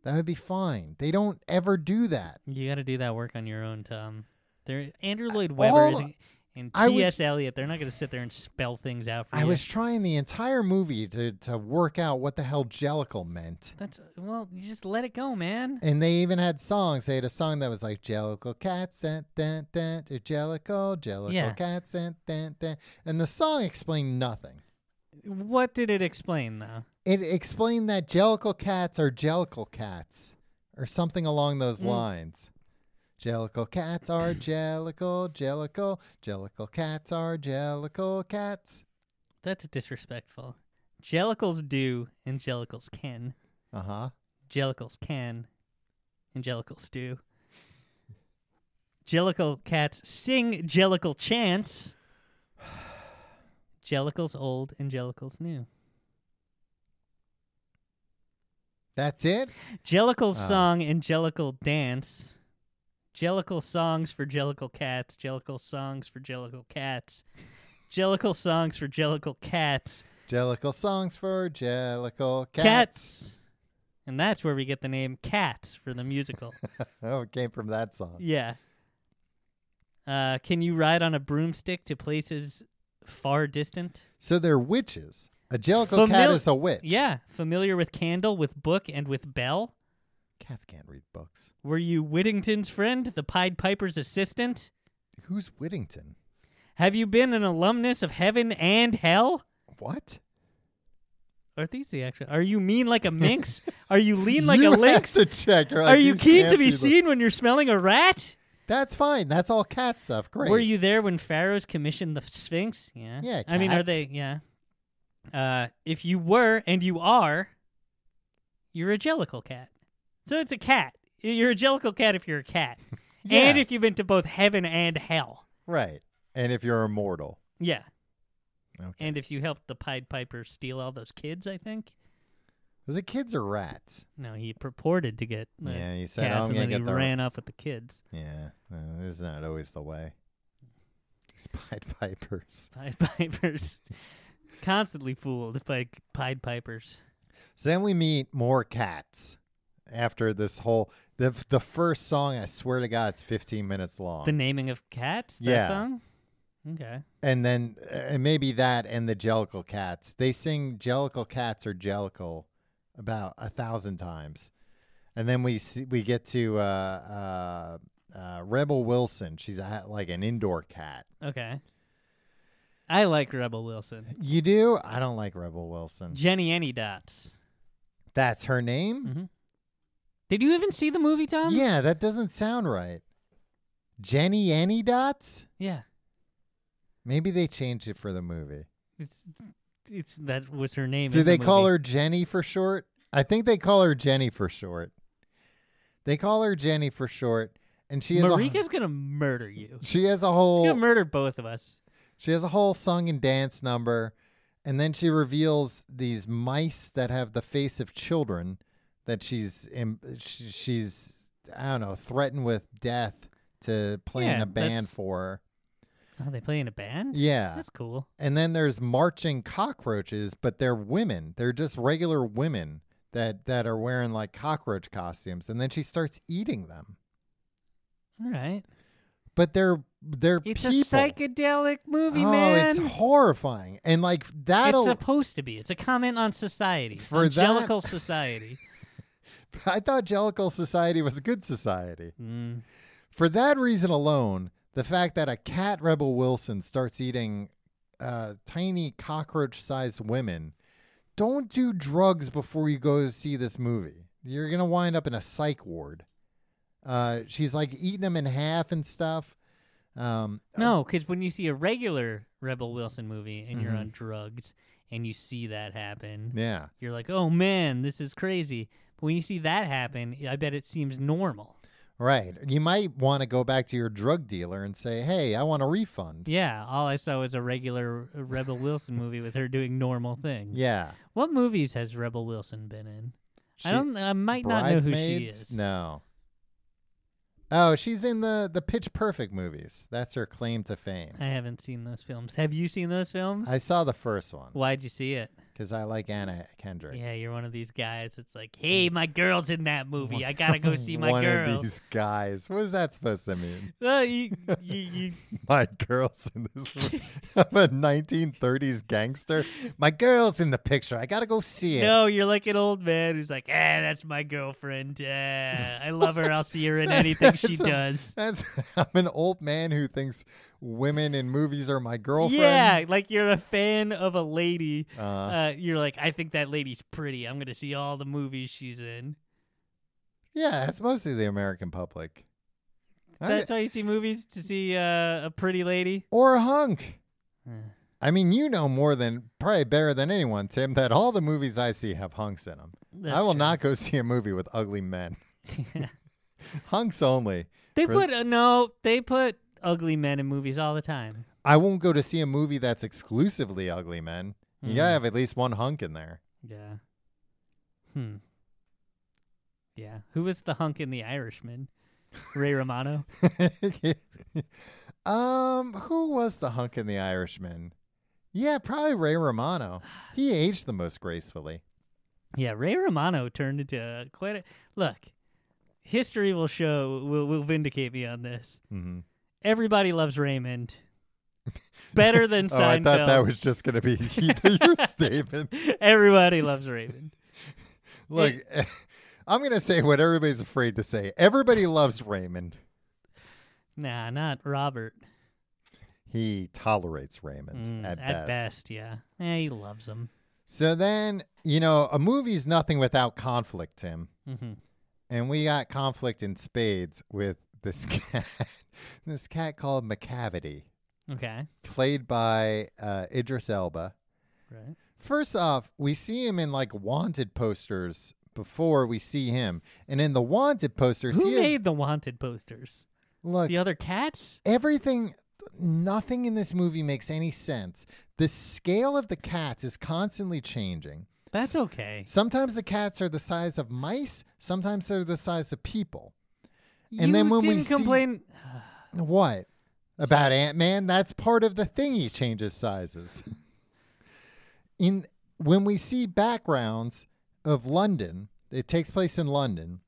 That would be fine. They don't ever do that. You got to do that work on your own, Tom. There, Andrew Lloyd Webber all- is, and I was- T.S. Eliot. They're not going to sit there and spell things out for I you. was trying the entire movie to, to work out what the hell jellicle meant. That's well, you just let it go, man. And they even had songs. They had a song that was like Jellicle cats, dun, dun, dun, to Jellicle, Jellicle Yeah. cats, dun, dun, dun. and the song explained nothing. What did it explain though? It explained that jellicle cats are jellicle cats or something along those Mm. lines. Jellicle cats are jellicle, jellicle, jellicle cats are jellicle cats. That's disrespectful. Jellicles do and jellicles can. Uh huh. Jellicles can and jellicles do. Jellicle cats sing jellicle chants. Jellicles old and jellicles new. That's it? Jellicles Ah. song and jellicle dance. Jellicle songs for jellicle cats. Jellicle songs for jellicle cats. Jellicle songs for jellicle cats. Jellicle songs for jellicle cats. Cats. And that's where we get the name Cats for the musical. Oh, it came from that song. yeah. Uh, can you ride on a broomstick to places far distant? So they're witches. A jellicle cat Famil- is a witch. Yeah. Familiar with candle, with book, and with bell? Cats can't read books. Were you Whittington's friend, the Pied Piper's assistant? Who's Whittington? Have you been an alumnus of heaven and hell? What? Are these the actual? Are you mean like a minx? Are you lean like You a have lynx? to check. You're like, Are you "These keen can't to be the-" seen when you're smelling a rat? That's fine. That's all cat stuff. Great. Were you there when pharaohs commissioned the Sphinx? Yeah. Yeah, I mean, are cats. they? Yeah. Uh, if you were and you are, you're a jellicle cat. So it's a cat. You're a jellicle cat if you're a cat, and Yeah. if you've been to both heaven and hell. right? And if you're immortal, Yeah. okay. And if you helped the Pied Piper steal all those kids, I think. was it kids or rats? No, he purported to get. The Yeah, he said, "Oh, cats, I'm and gonna then he get the- ran off with the kids. Yeah, uh, this is not always the way. These Pied Pipers. Pied Pipers, constantly fooled by Pied Pipers. So then we meet more cats after this whole. The, the first song, I swear to God, it's 15 minutes long. The naming of cats. That Yeah. song. Okay. and then uh, and maybe that and the Jellicle cats. They sing Jellicle cats or Jellicle about a thousand times, and then we see, we get to uh, uh, uh, Rebel Wilson. She's a, ha- like an indoor cat. Okay. I like Rebel Wilson. You do? I don't like Rebel Wilson. Jenny Any Dots. That's her name. hmm Did you even see the movie, Tom? yeah, that doesn't sound right. Jenny Annie Dots. Yeah. Maybe they changed it for the movie. It's it's that was her name. Do in they the call movie. her Jenny for short? I think they call her Jenny for short. They call her Jenny for short, and she has Marika's a gonna murder you. She's she has a gonna whole murder both of us. she has a whole song and dance number, and then she reveals these mice that have the face of children that she's im- sh- she's I don't know threatened with death to play in Yeah, a band that's- for her. Oh, they play in a band. Yeah. That's cool. And then there's marching cockroaches, but they're women. They're just regular women that that are wearing like cockroach costumes. And then she starts eating them. All right. But they're they're It's people. a psychedelic movie, oh, man. it's horrifying. And like It's that'll supposed to be. It's a comment on society. For that- Angelical society. I thought Jellicle Society was a good society. Mm. For that reason alone, the fact that a cat Rebel Wilson starts eating uh, tiny cockroach sized women, don't do drugs before you go see this movie. You're going to wind up in a psych ward. Uh, she's like eating them in half and stuff. Um, Mm-hmm. No, because when you see a regular Rebel Wilson movie and you're on drugs and you see that happen, yeah. you're like, oh man, this is crazy. But when you see that happen, I bet it seems normal. Right. You might want to go back to your drug dealer and say, hey, I want a refund. Yeah, all I saw was a regular uh, Rebel Wilson movie with her doing normal things. Yeah. What movies has Rebel Wilson been in? She- I don't. I might not know who she Bridesmaids? is. No. Oh, she's in the the Pitch Perfect movies. That's her claim to fame. I haven't seen those films. Have you seen those films? I saw the first one Why'd you see it? because I like Anna Kendrick. Yeah, you're one of these guys. It's like, hey, my girl's in that movie. I gotta go see my Mm. one girl. of these guys. What is that supposed to mean? Uh, you, you, you, My girl's in this. movie. I'm a 1930s gangster. My girl's in the picture. I gotta go see it. No, you're like an old man who's like, ah, that's my girlfriend. Uh, I love her. I'll see her in anything she That's a- does. That's I'm an old man who thinks women in movies are my girlfriend. Yeah, like you're a fan of a lady. Uh, Uh, you're like, I think that lady's pretty. I'm gonna see all the movies she's in. yeah, that's mostly the American public. I- That's why you see movies to see uh, a pretty lady. or a hunk. Yeah. I mean, you know more than probably better than anyone, Tim, that all the movies I see have hunks in them. That's I will true. not go see a movie with ugly men. hunks only. They For- put uh, no, they put ugly men in movies all the time. I won't go to see a movie that's exclusively ugly men. You Hmm. gotta have at least one hunk in there. Yeah. Hmm. Yeah. Who was the hunk in The Irishman? Ray Romano. um, who was the hunk in The Irishman? Yeah, probably Ray Romano. He aged the most gracefully. Yeah, Ray Romano turned into uh, quite a look. History will show will will vindicate me on this. hmm Everybody loves Raymond. Better than Oh, I Seinfeld. thought that was just gonna be your statement. Everybody loves Raymond. Look, I'm gonna say what everybody's afraid to say. Everybody loves Raymond. Nah, not Robert. He tolerates Raymond Mm, at, best. yeah. Eh, he loves him. So then, you know, a movie's nothing without conflict, Tim. hmm And we got conflict in spades with this cat. this cat called McCavity, Okay. played by uh, Idris Elba. Right. First off, we see him in like wanted posters before we see him. And in the wanted posters, Who he made is, the wanted posters? look the other cats? everything nothing in this movie makes any sense. The scale of the cats is constantly changing. That's okay. Sometimes the cats are the size of mice, sometimes they're the size of people. you and then when we didn't see- complain. What? About Ant Man? That's part of the thing he changes sizes. In when we see backgrounds of London, it takes place in London.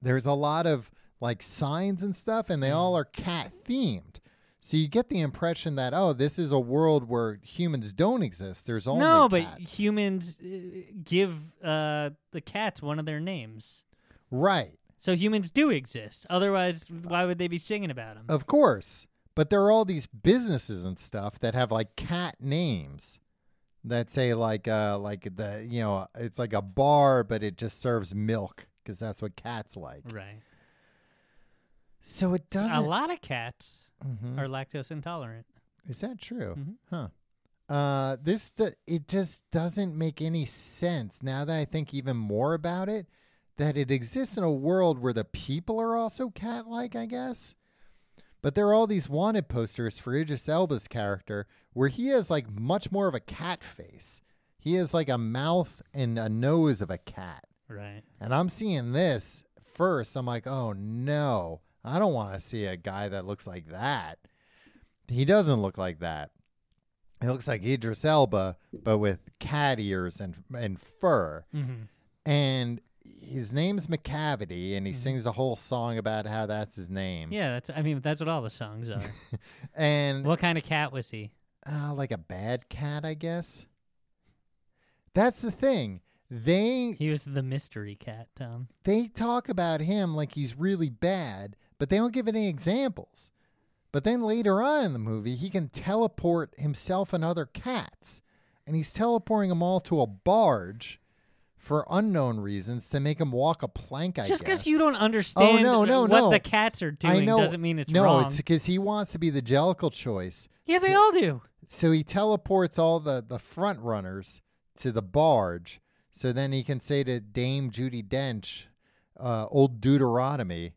There's a lot of like signs and stuff, Mm. and they all are cat themed. So you get the impression that oh, this is a world where humans don't exist. There's only no, but cats. humans uh, give uh, the cats one of their names. right, So humans do exist. Otherwise, why would they be singing about them? of course. But there are all these businesses and stuff that have like cat names. that say like uh like the you know it's like a bar but it just serves milk because that's what cats like right. so it doesn't A lot of cats Mhm. are lactose intolerant. is that true Mhm. huh uh this the it just doesn't make any sense now that i think even more about it that it exists in a world where the people are also cat like i guess but there are all these wanted posters for Idris Elba's character where he has like much more of a cat face. He has like a mouth and a nose of a cat. Right. And I'm seeing this first. I'm like, oh no, I don't want to see a guy that looks like that. He doesn't look like that. He looks like Idris Elba, but with cat ears and and fur. Mm-hmm. And his name's McCavity, and he sings a whole song about how that's his name. Mm-hmm. Yeah, that's. I mean, that's what all the songs are. And what kind of cat was he? uh, like a bad cat, I guess. That's the thing. They He was the mystery cat, Tom. they talk about him like he's really bad, but they don't give any examples. But then later on in the movie, he can teleport himself and other cats, and he's teleporting them all to a barge for unknown reasons to make him walk a plank. I Just because you don't understand no, no, what no. the cats are doing doesn't mean it's no, wrong. it's because he wants to be the Jellicle choice. yeah, they so- all do. so he teleports all the the front runners to the barge, so then he can say to Dame Judy Dench, uh, "Old Deuteronomy."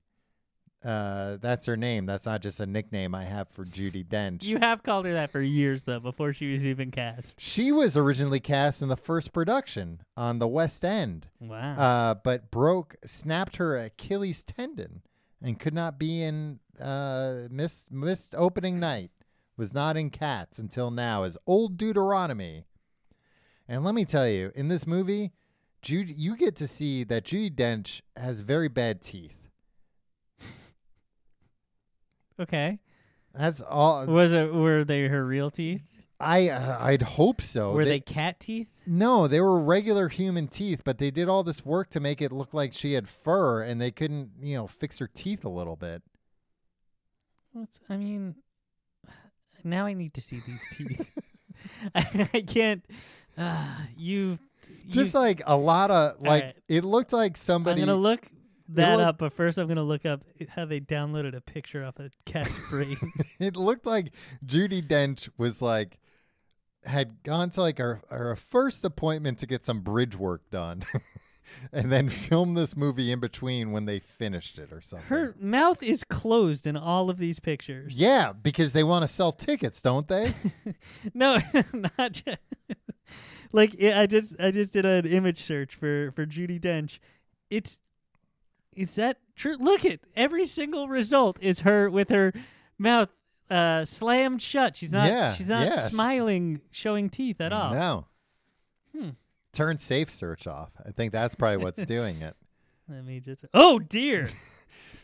Uh, that's her name. That's not just a nickname I have for Judy Dench. You have called her that for years, though, before she was even cast. she was originally cast in the first production on the West End, Wow. uh, but broke, snapped her Achilles tendon, and could not be in. Uh, missed missed opening night. Was not in Cats until now as Old Deuteronomy. And let me tell you, in this movie, Jude, you get to see that Judy Dench has very bad teeth. okay. That's all. Was it? Were they her real teeth? I uh, I'd hope so. were they cat teeth? No, they were regular human teeth, but they did all this work to make it look like she had fur, and they couldn't, you know, fix her teeth a little bit. What's, I mean, now I need to see these teeth. I, I can't. Uh, you, you. Just like a lot of like right. it looked like I'm somebody gonna look that look- up, but first I'm gonna look up how they downloaded a picture off a cat's brain. it looked like Judy Dench was like had gone to like her, her first appointment to get some bridge work done and then filmed this movie in between when they finished it or something. her mouth is closed in all of these pictures. yeah, because they want to sell tickets, don't they? No, not just like yeah, I just I just did an image search for for Judy Dench. It's is that true? Look at every single result is her with her mouth uh slammed shut. She's not Yeah, she's not yeah. smiling, showing teeth at all. No. Hmm. Turn safe search off. I think that's probably what's doing it. Let me just Oh dear.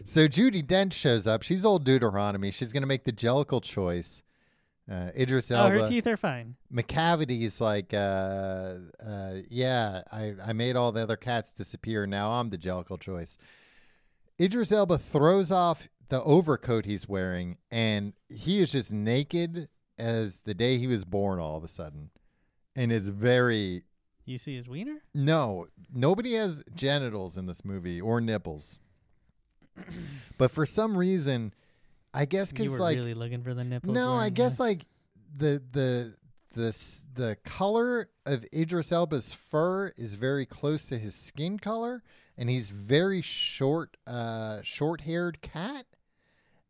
So Judy Dench shows up. She's old Deuteronomy. She's going to make the Jellicle choice. Uh, Idris Oh, her Elba. teeth are fine. McCavity's like, uh, uh, yeah, I, I made all the other cats disappear. Now I'm the Jellicle choice. Idris Elba throws off the overcoat he's wearing, and he is just naked as the day he was born all of a sudden. And it's very. You see his wiener? No, nobody has genitals in this movie or nipples. but for some reason, I guess You because, were like, really looking for the nipples. no, weren't I you? guess like the the the s- the color of Idris Elba's fur is very close to his skin color, and he's very short, uh, short-haired cat,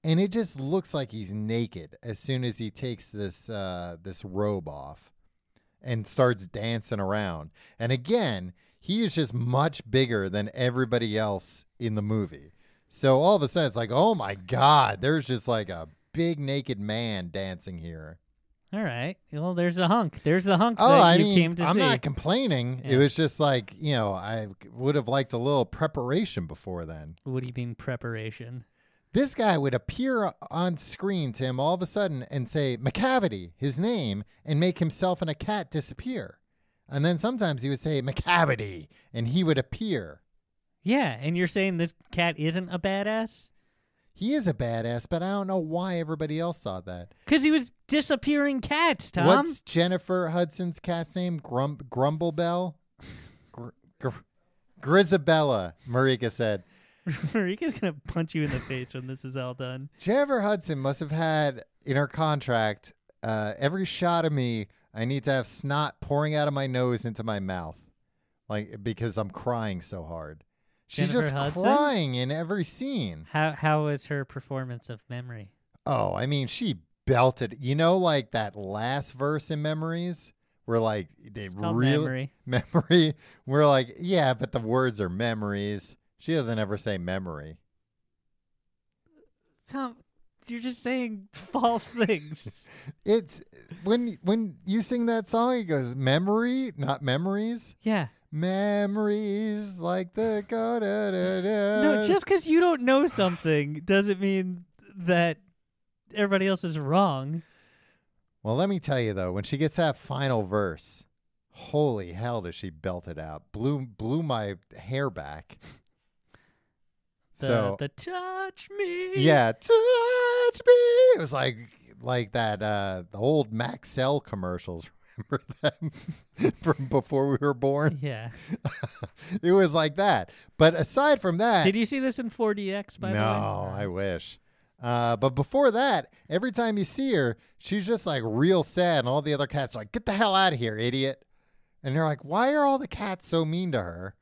and it just looks like he's naked as soon as he takes this uh, this robe off and starts dancing around. And again, he is just much bigger than everybody else in the movie. So all of a sudden, it's like, oh my God, there's just like a big naked man dancing here. All right. Well, there's a hunk. There's the hunk Oh, that I you mean, came to I'm see. not complaining. It Yeah. was just like, you know, I would have liked a little preparation before then. what do you mean preparation? This guy would appear on screen, Tim, all of a sudden and say McCavity, his name, and make himself and a cat disappear. And then sometimes he would say McCavity, and he would appear. Yeah, and you're saying this cat isn't a badass? He is a badass, but I don't know why everybody else saw that. Because he was disappearing cats, Tom. What's Jennifer Hudson's cat's name? Grum- Grumblebell? Gr- gr- Grisabella, Marika said. Marika's gonna punch you in the face when this is all done. Jennifer Hudson must have had in her contract uh, every shot of me, I need to have snot pouring out of my nose into my mouth, like because I'm crying so hard. She's Jennifer just Hudson? crying in every scene. How how was her performance of memory? Oh, I mean, she belted. You know, like that last verse in Memories, where like they It's called really Memory. memory. We're like, yeah, but the words are memories. She doesn't ever say memory. Tom, you're just saying false things. It's when when you sing that song, it goes memory, not memories. yeah. Memories like the go da da da. No, just because you don't know something doesn't mean that everybody else is wrong. Well, let me tell you though, when she gets that final verse, holy hell, does she belt it out? Blew blew my hair back. The, so the touch me. yeah, touch me. It was like like that uh the old Maxell commercials. Remember them from before we were born? Yeah. it was like that. But aside from that, Did you see this in 4DX by the way? no, I wish. Uh, but before that, every time you see her, she's just like real sad, and all the other cats are like, "Get the hell out of here, idiot!" And they're like, "Why are all the cats so mean to her?"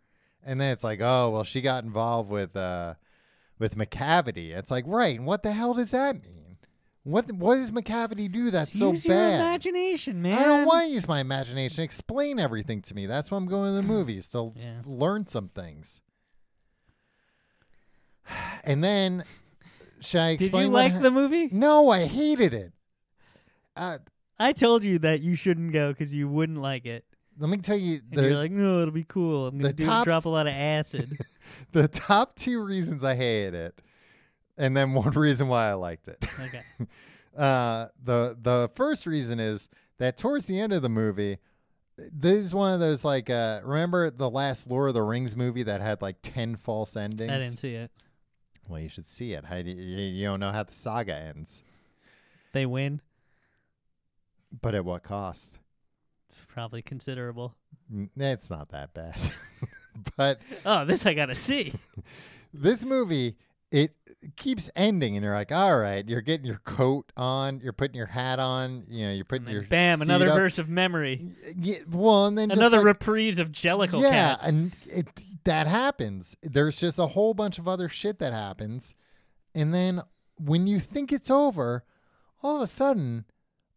And then it's like, "Oh, well, she got involved with uh, with McCavity." It's like, right? And what the hell does that mean? What What does McCavity do that's Just so Use your bad? imagination, man. I don't want to use my imagination. Explain everything to me. That's why I'm going to the movies to l- Yeah. learn some things. And then, should I Did explain? you what like ha- the movie? No, I hated it. Uh, I told you that you shouldn't go because you wouldn't like it. let me tell you And you're the like, no, it'll be cool. I'm the gonna do, top- drop a lot of acid. the top two reasons I hated it, and then one reason why I liked it. okay. Uh, the the first reason is that towards the end of the movie, this is one of those like uh, remember the last Lord of the Rings movie that had like ten false endings. I didn't see it. Well, you should see it. How do you, you don't know how the saga ends, They win. but at what cost? It's probably considerable. N- It's not that bad, but Oh, this I gotta see. this movie it keeps ending, and you're like, all right, you're getting your coat on, you're putting your hat on, you know, you're putting And then your bam, seat another up. verse of memory. Yeah, well, and then just, Another like, reprise of Jellicle yeah, Cats. and it, that happens. There's just a whole bunch of other shit that happens, and then when you think it's over, all of a sudden,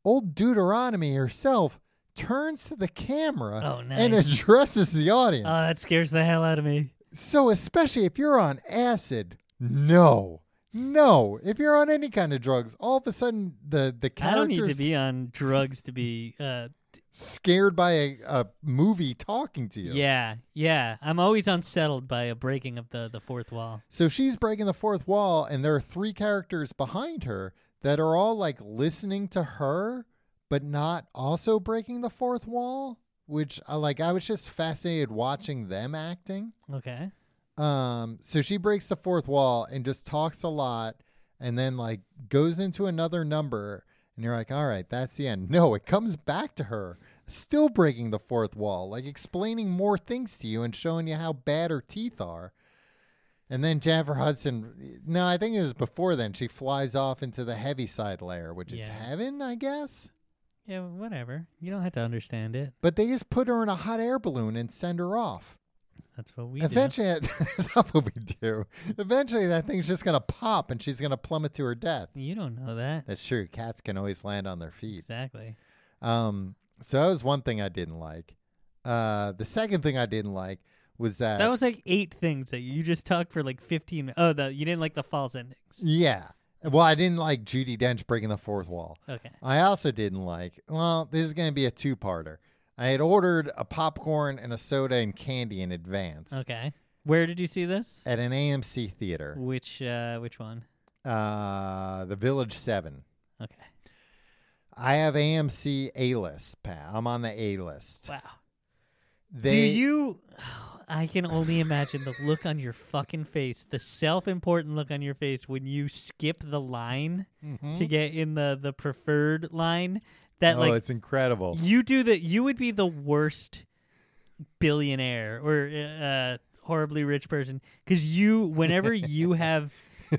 old Deuteronomy herself turns to the camera Oh, and nice. addresses the audience. oh, that scares the hell out of me. so especially if you're on acid, no. No, if you're on any kind of drugs, all of a sudden the the I don't need to characters be on drugs to be. Uh, scared by a, a movie talking to you. yeah, yeah. I'm always unsettled by a breaking of the the fourth wall. So she's breaking the fourth wall, and there are three characters behind her that are all like listening to her, but not also breaking the fourth wall, which I like. I was just fascinated watching them acting. Okay. Um, so she breaks the fourth wall and just talks a lot and then like goes into another number and you're like, all right, that's the end. No, it comes back to her, still breaking the fourth wall, like explaining more things to you and showing you how bad her teeth are. And then Jennifer Hudson, no, I think it was before then, she flies off into the heavy side layer, which is Yeah. heaven, I guess. Yeah, whatever. You don't have to understand it. But they just put her in a hot air balloon and send her off. That's what we do. Eventually, that's not what we do. Eventually, that thing's just gonna pop, and she's gonna plummet to her death. You don't know that. That's true. Cats can always land on their feet. Exactly. Um, so that was one thing I didn't like. Uh, the second thing I didn't like was that. That was like eight things that you just talked for like 15 Oh, the, you didn't like the false endings. yeah. Well, I didn't like Judy Dench breaking the fourth wall. Okay. I also didn't like. Well, this is gonna be a two-parter. I had ordered a popcorn and a soda and candy in advance Okay. Where did you see this? at an AMC theater, Which uh which one? uh, the Village Seven. Okay. I have AMC A list, Pat. I'm on the A list. Wow. They- Do you I can only imagine the look on your fucking face, the self-important look on your face when you skip the line to get in the the preferred line that Oh, like it's incredible. You do that. You would be the worst billionaire or uh, horribly rich person because you, whenever you have,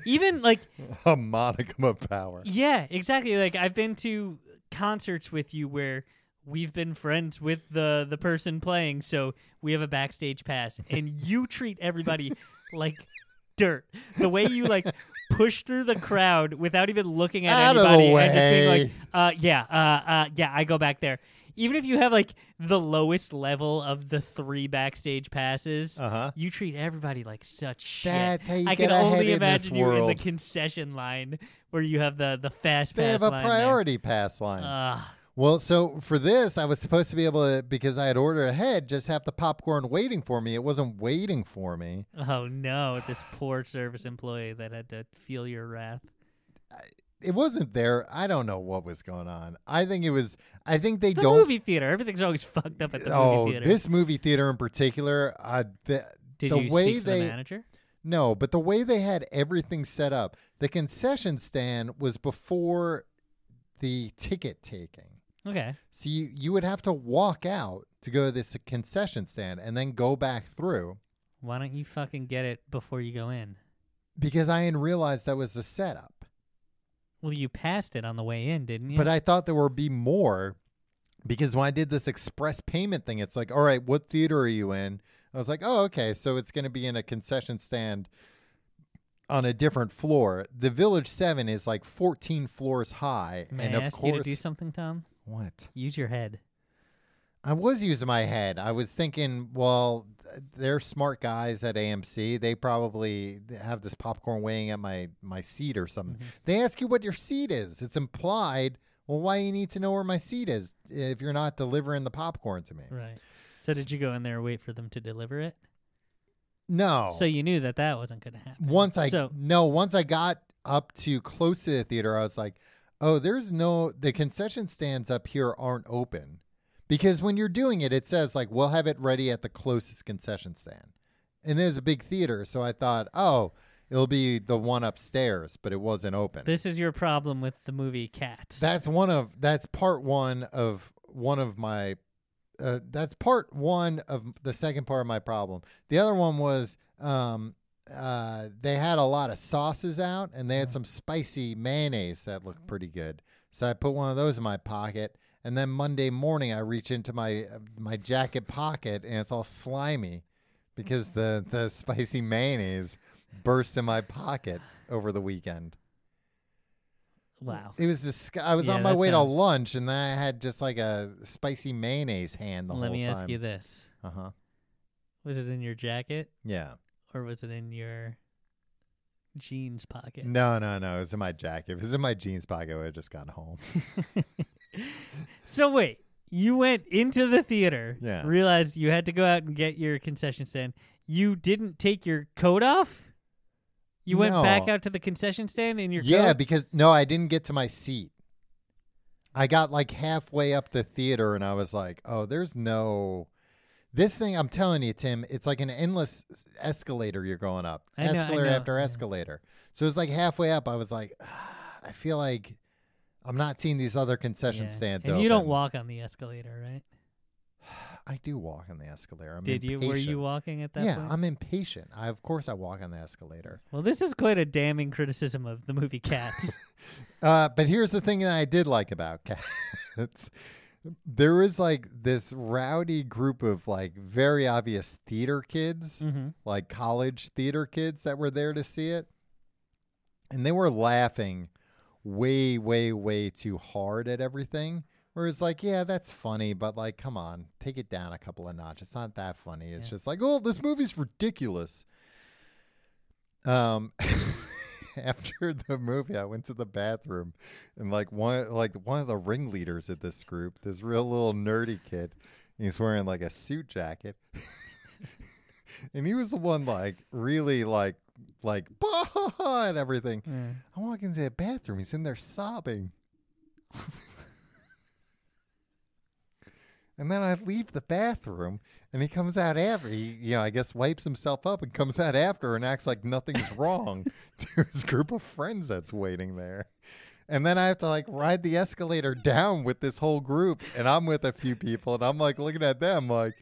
even like, A modicum of power. yeah, exactly. Like I've been to concerts with you where we've been friends with the the person playing, so we have a backstage pass, and you treat everybody like dirt. The way you like. Push through the crowd without even looking at Out of the anybody and just being like, way. uh, yeah, uh, uh, yeah, I go back there. Even if you have like the lowest level of the three backstage passes, Uh-huh. you treat everybody like such shit. That's how you I get can ahead in only this imagine you in the world. concession line where you have the the fast They pass have a line Uh. priority pass line. There. Ugh. well, so for this, I was supposed to be able to, because I had ordered ahead, just have the popcorn waiting for me. It wasn't waiting for me. oh no, this poor service employee that had to feel your wrath. It wasn't there. I don't know what was going on. I think it was, I think they The don't. movie theater, everything's always fucked up at the oh, movie theater. this movie theater in particular, uh, the, Did the you way speak to they. the manager? No, but the way they had everything set up, the concession stand was before the ticket taking. Okay, So you, you would have to walk out to go to this concession stand and then go back through why don't you fucking get it before you go in? because I didn't realize that was the setup. Well, you passed it on the way in, didn't you? But I thought there would be more because when I did this express payment thing, it's like, all right, what theater are you in? I was like, oh, okay. So it's going to be in a concession stand on a different floor. The Village 7 is like 14 floors high. May and I of ask course, you to do something, Tom? What? Use your head. I was using my head. I was thinking, well, th- they're smart guys at AMC. They probably have this popcorn weighing at my my seat or something. Mm-hmm. They ask you what your seat is. It's implied. Well, why you need to know where my seat is if you're not delivering the popcorn to me? Right. So did you go in there and wait for them to deliver it? No. So you knew that that wasn't going to happen. Oh. once I So no, once I got up to close to the theater, I was like, "Oh, there's no the concession stands up here aren't open." Because when you're doing it, it says like, "We'll have it ready at the closest concession stand." And there's a big theater, so I thought, "Oh, it'll be the one upstairs," but it wasn't open. this is your problem with the movie Cats. that's one of that's part 1 of one of my uh, that's part one of the second part of my problem. The other one was um, uh, they had a lot of sauces out, and they had some spicy mayonnaise that looked pretty good. So I put one of those in my pocket, and then Monday morning I reach into my uh, my jacket pocket, and it's all slimy because the the spicy mayonnaise burst in my pocket over the weekend. wow. It was disg- I was Yeah, on my that way sounds- to lunch, and then I had just like a spicy mayonnaise hand the Let whole me time. ask you this: Uh huh. Was it in your jacket Yeah. or was it in your jeans pocket? No, no, no. It was in my jacket. If it was in my jeans pocket, I would have just gone home. So wait, you went into the theater, Yeah. realized you had to go out and get your concession stand. You didn't take your coat off. You went No. back out to the concession stand in your yeah, coat? because no, I didn't get to my seat. I got like halfway up the theater and I was like, "Oh, there's no this thing I'm telling you, Tim, it's like an endless escalator you're going up. I know, I escalator know, after I know. escalator." So it's like halfway up, I was like, "Ah, "I feel like I'm not seeing these other concession Yeah. stands And you don't open." walk on the escalator, right? I do walk on the escalator. I'm Did you? Were you impatient. walking at that Yeah, point? I'm impatient. I of course I walk on the escalator. well, this is quite a damning criticism of the movie Cats. Uh, but here's the thing that I did like about cats. There was like this rowdy group of like very obvious theater kids, Mhm. like college theater kids that were there to see it. And they were laughing way, way, way too hard at everything. Where it's like, yeah, that's funny, but like, come on, take it down a couple of notches. It's not that funny. It's Yeah. just like, oh, this movie's ridiculous. Um, after the movie, I went to the bathroom, and like one like one of the ringleaders of this group, this real little nerdy kid, he's wearing like a suit jacket, and he was the one like really like like and everything. I walk into the bathroom, he's in there sobbing. And then I leave the bathroom, and he comes out after. He, you know, I guess wipes himself up and comes out after and acts like nothing's wrong to his group of friends that's waiting there. And then I have to like ride the escalator down with this whole group, and I'm with a few people, and I'm like looking at them like,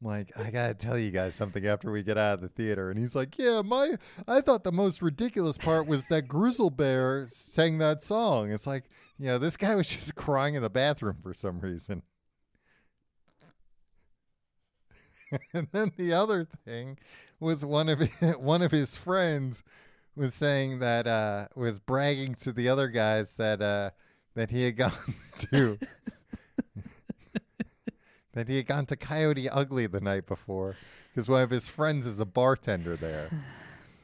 I'm like I gotta tell you guys something after we get out of the theater. And he's like, yeah, my I thought the most ridiculous part was that Grizzle Bear sang that song. It's like, you know, this guy was just crying in the bathroom for some reason. and then the other thing was one of one of his friends was saying that uh, was bragging to the other guys that uh, that he had gone to that he had gone to Coyote Ugly the night before because one of his friends is a bartender there,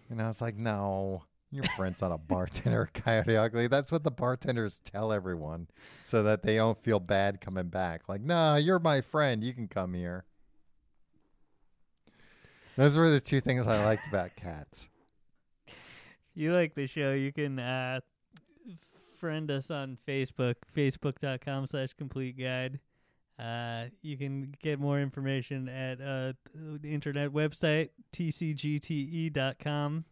and I was like, no. Your friend's not a bartender at Coyote Ugly. That's what the bartenders tell everyone so that they don't feel bad coming back. Like, nah, you're my friend. You can come here. Those were the two things I liked about cats. you like the show, you can uh, friend us on Facebook, facebook.com slash complete guide. Uh, you can get more information at uh, the internet website, tcgte.com.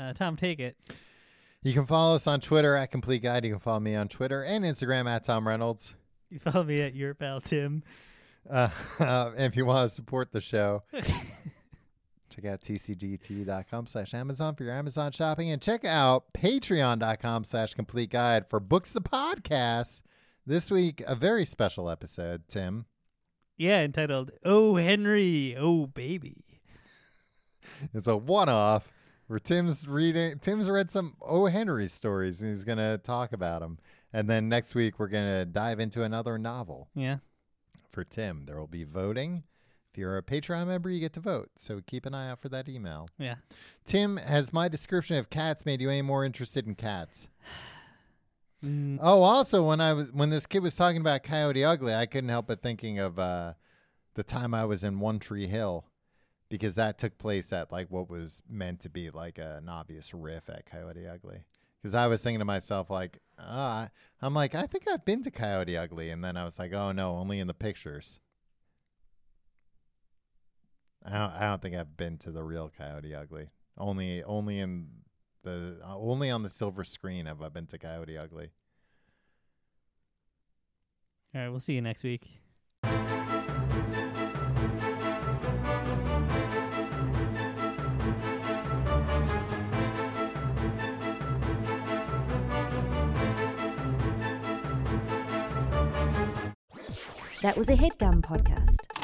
E Uh, Tom, take it. You can follow us on Twitter at Complete Guide. You can follow me on Twitter and Instagram at Tom Reynolds. You follow me at your pal Tim. Uh, and if you want to support the show, check out tcgt.com slash Amazon for your Amazon shopping and check out patreon.com slash complete guide for books the podcast. This week, a very special episode, Tim. Yeah, entitled Oh Henry, Oh Baby. It's a one off where Tim's reading. Tim's read some O. Henry stories, and he's gonna talk about them. And then next week we're gonna dive into another novel Yeah. for Tim. There will be voting. If you're a Patreon member, you get to vote. So keep an eye out for that email. Yeah. Tim, has my description of cats made you any more interested in cats? Mm, Oh, also when I was when this kid was talking about Coyote Ugly, I couldn't help but thinking of uh, the time I was in One Tree Hill because that took place at like what was meant to be like an obvious riff at Coyote Ugly. Because I was thinking to myself like, ah, I'm like I think I've been to Coyote Ugly, and then I was like, oh no, only in the pictures. I don't, I don't think I've been to the real Coyote Ugly. Only only in the uh, only on the silver screen have I been to Coyote Ugly. All right, we'll see you next week. That was a headgum podcast.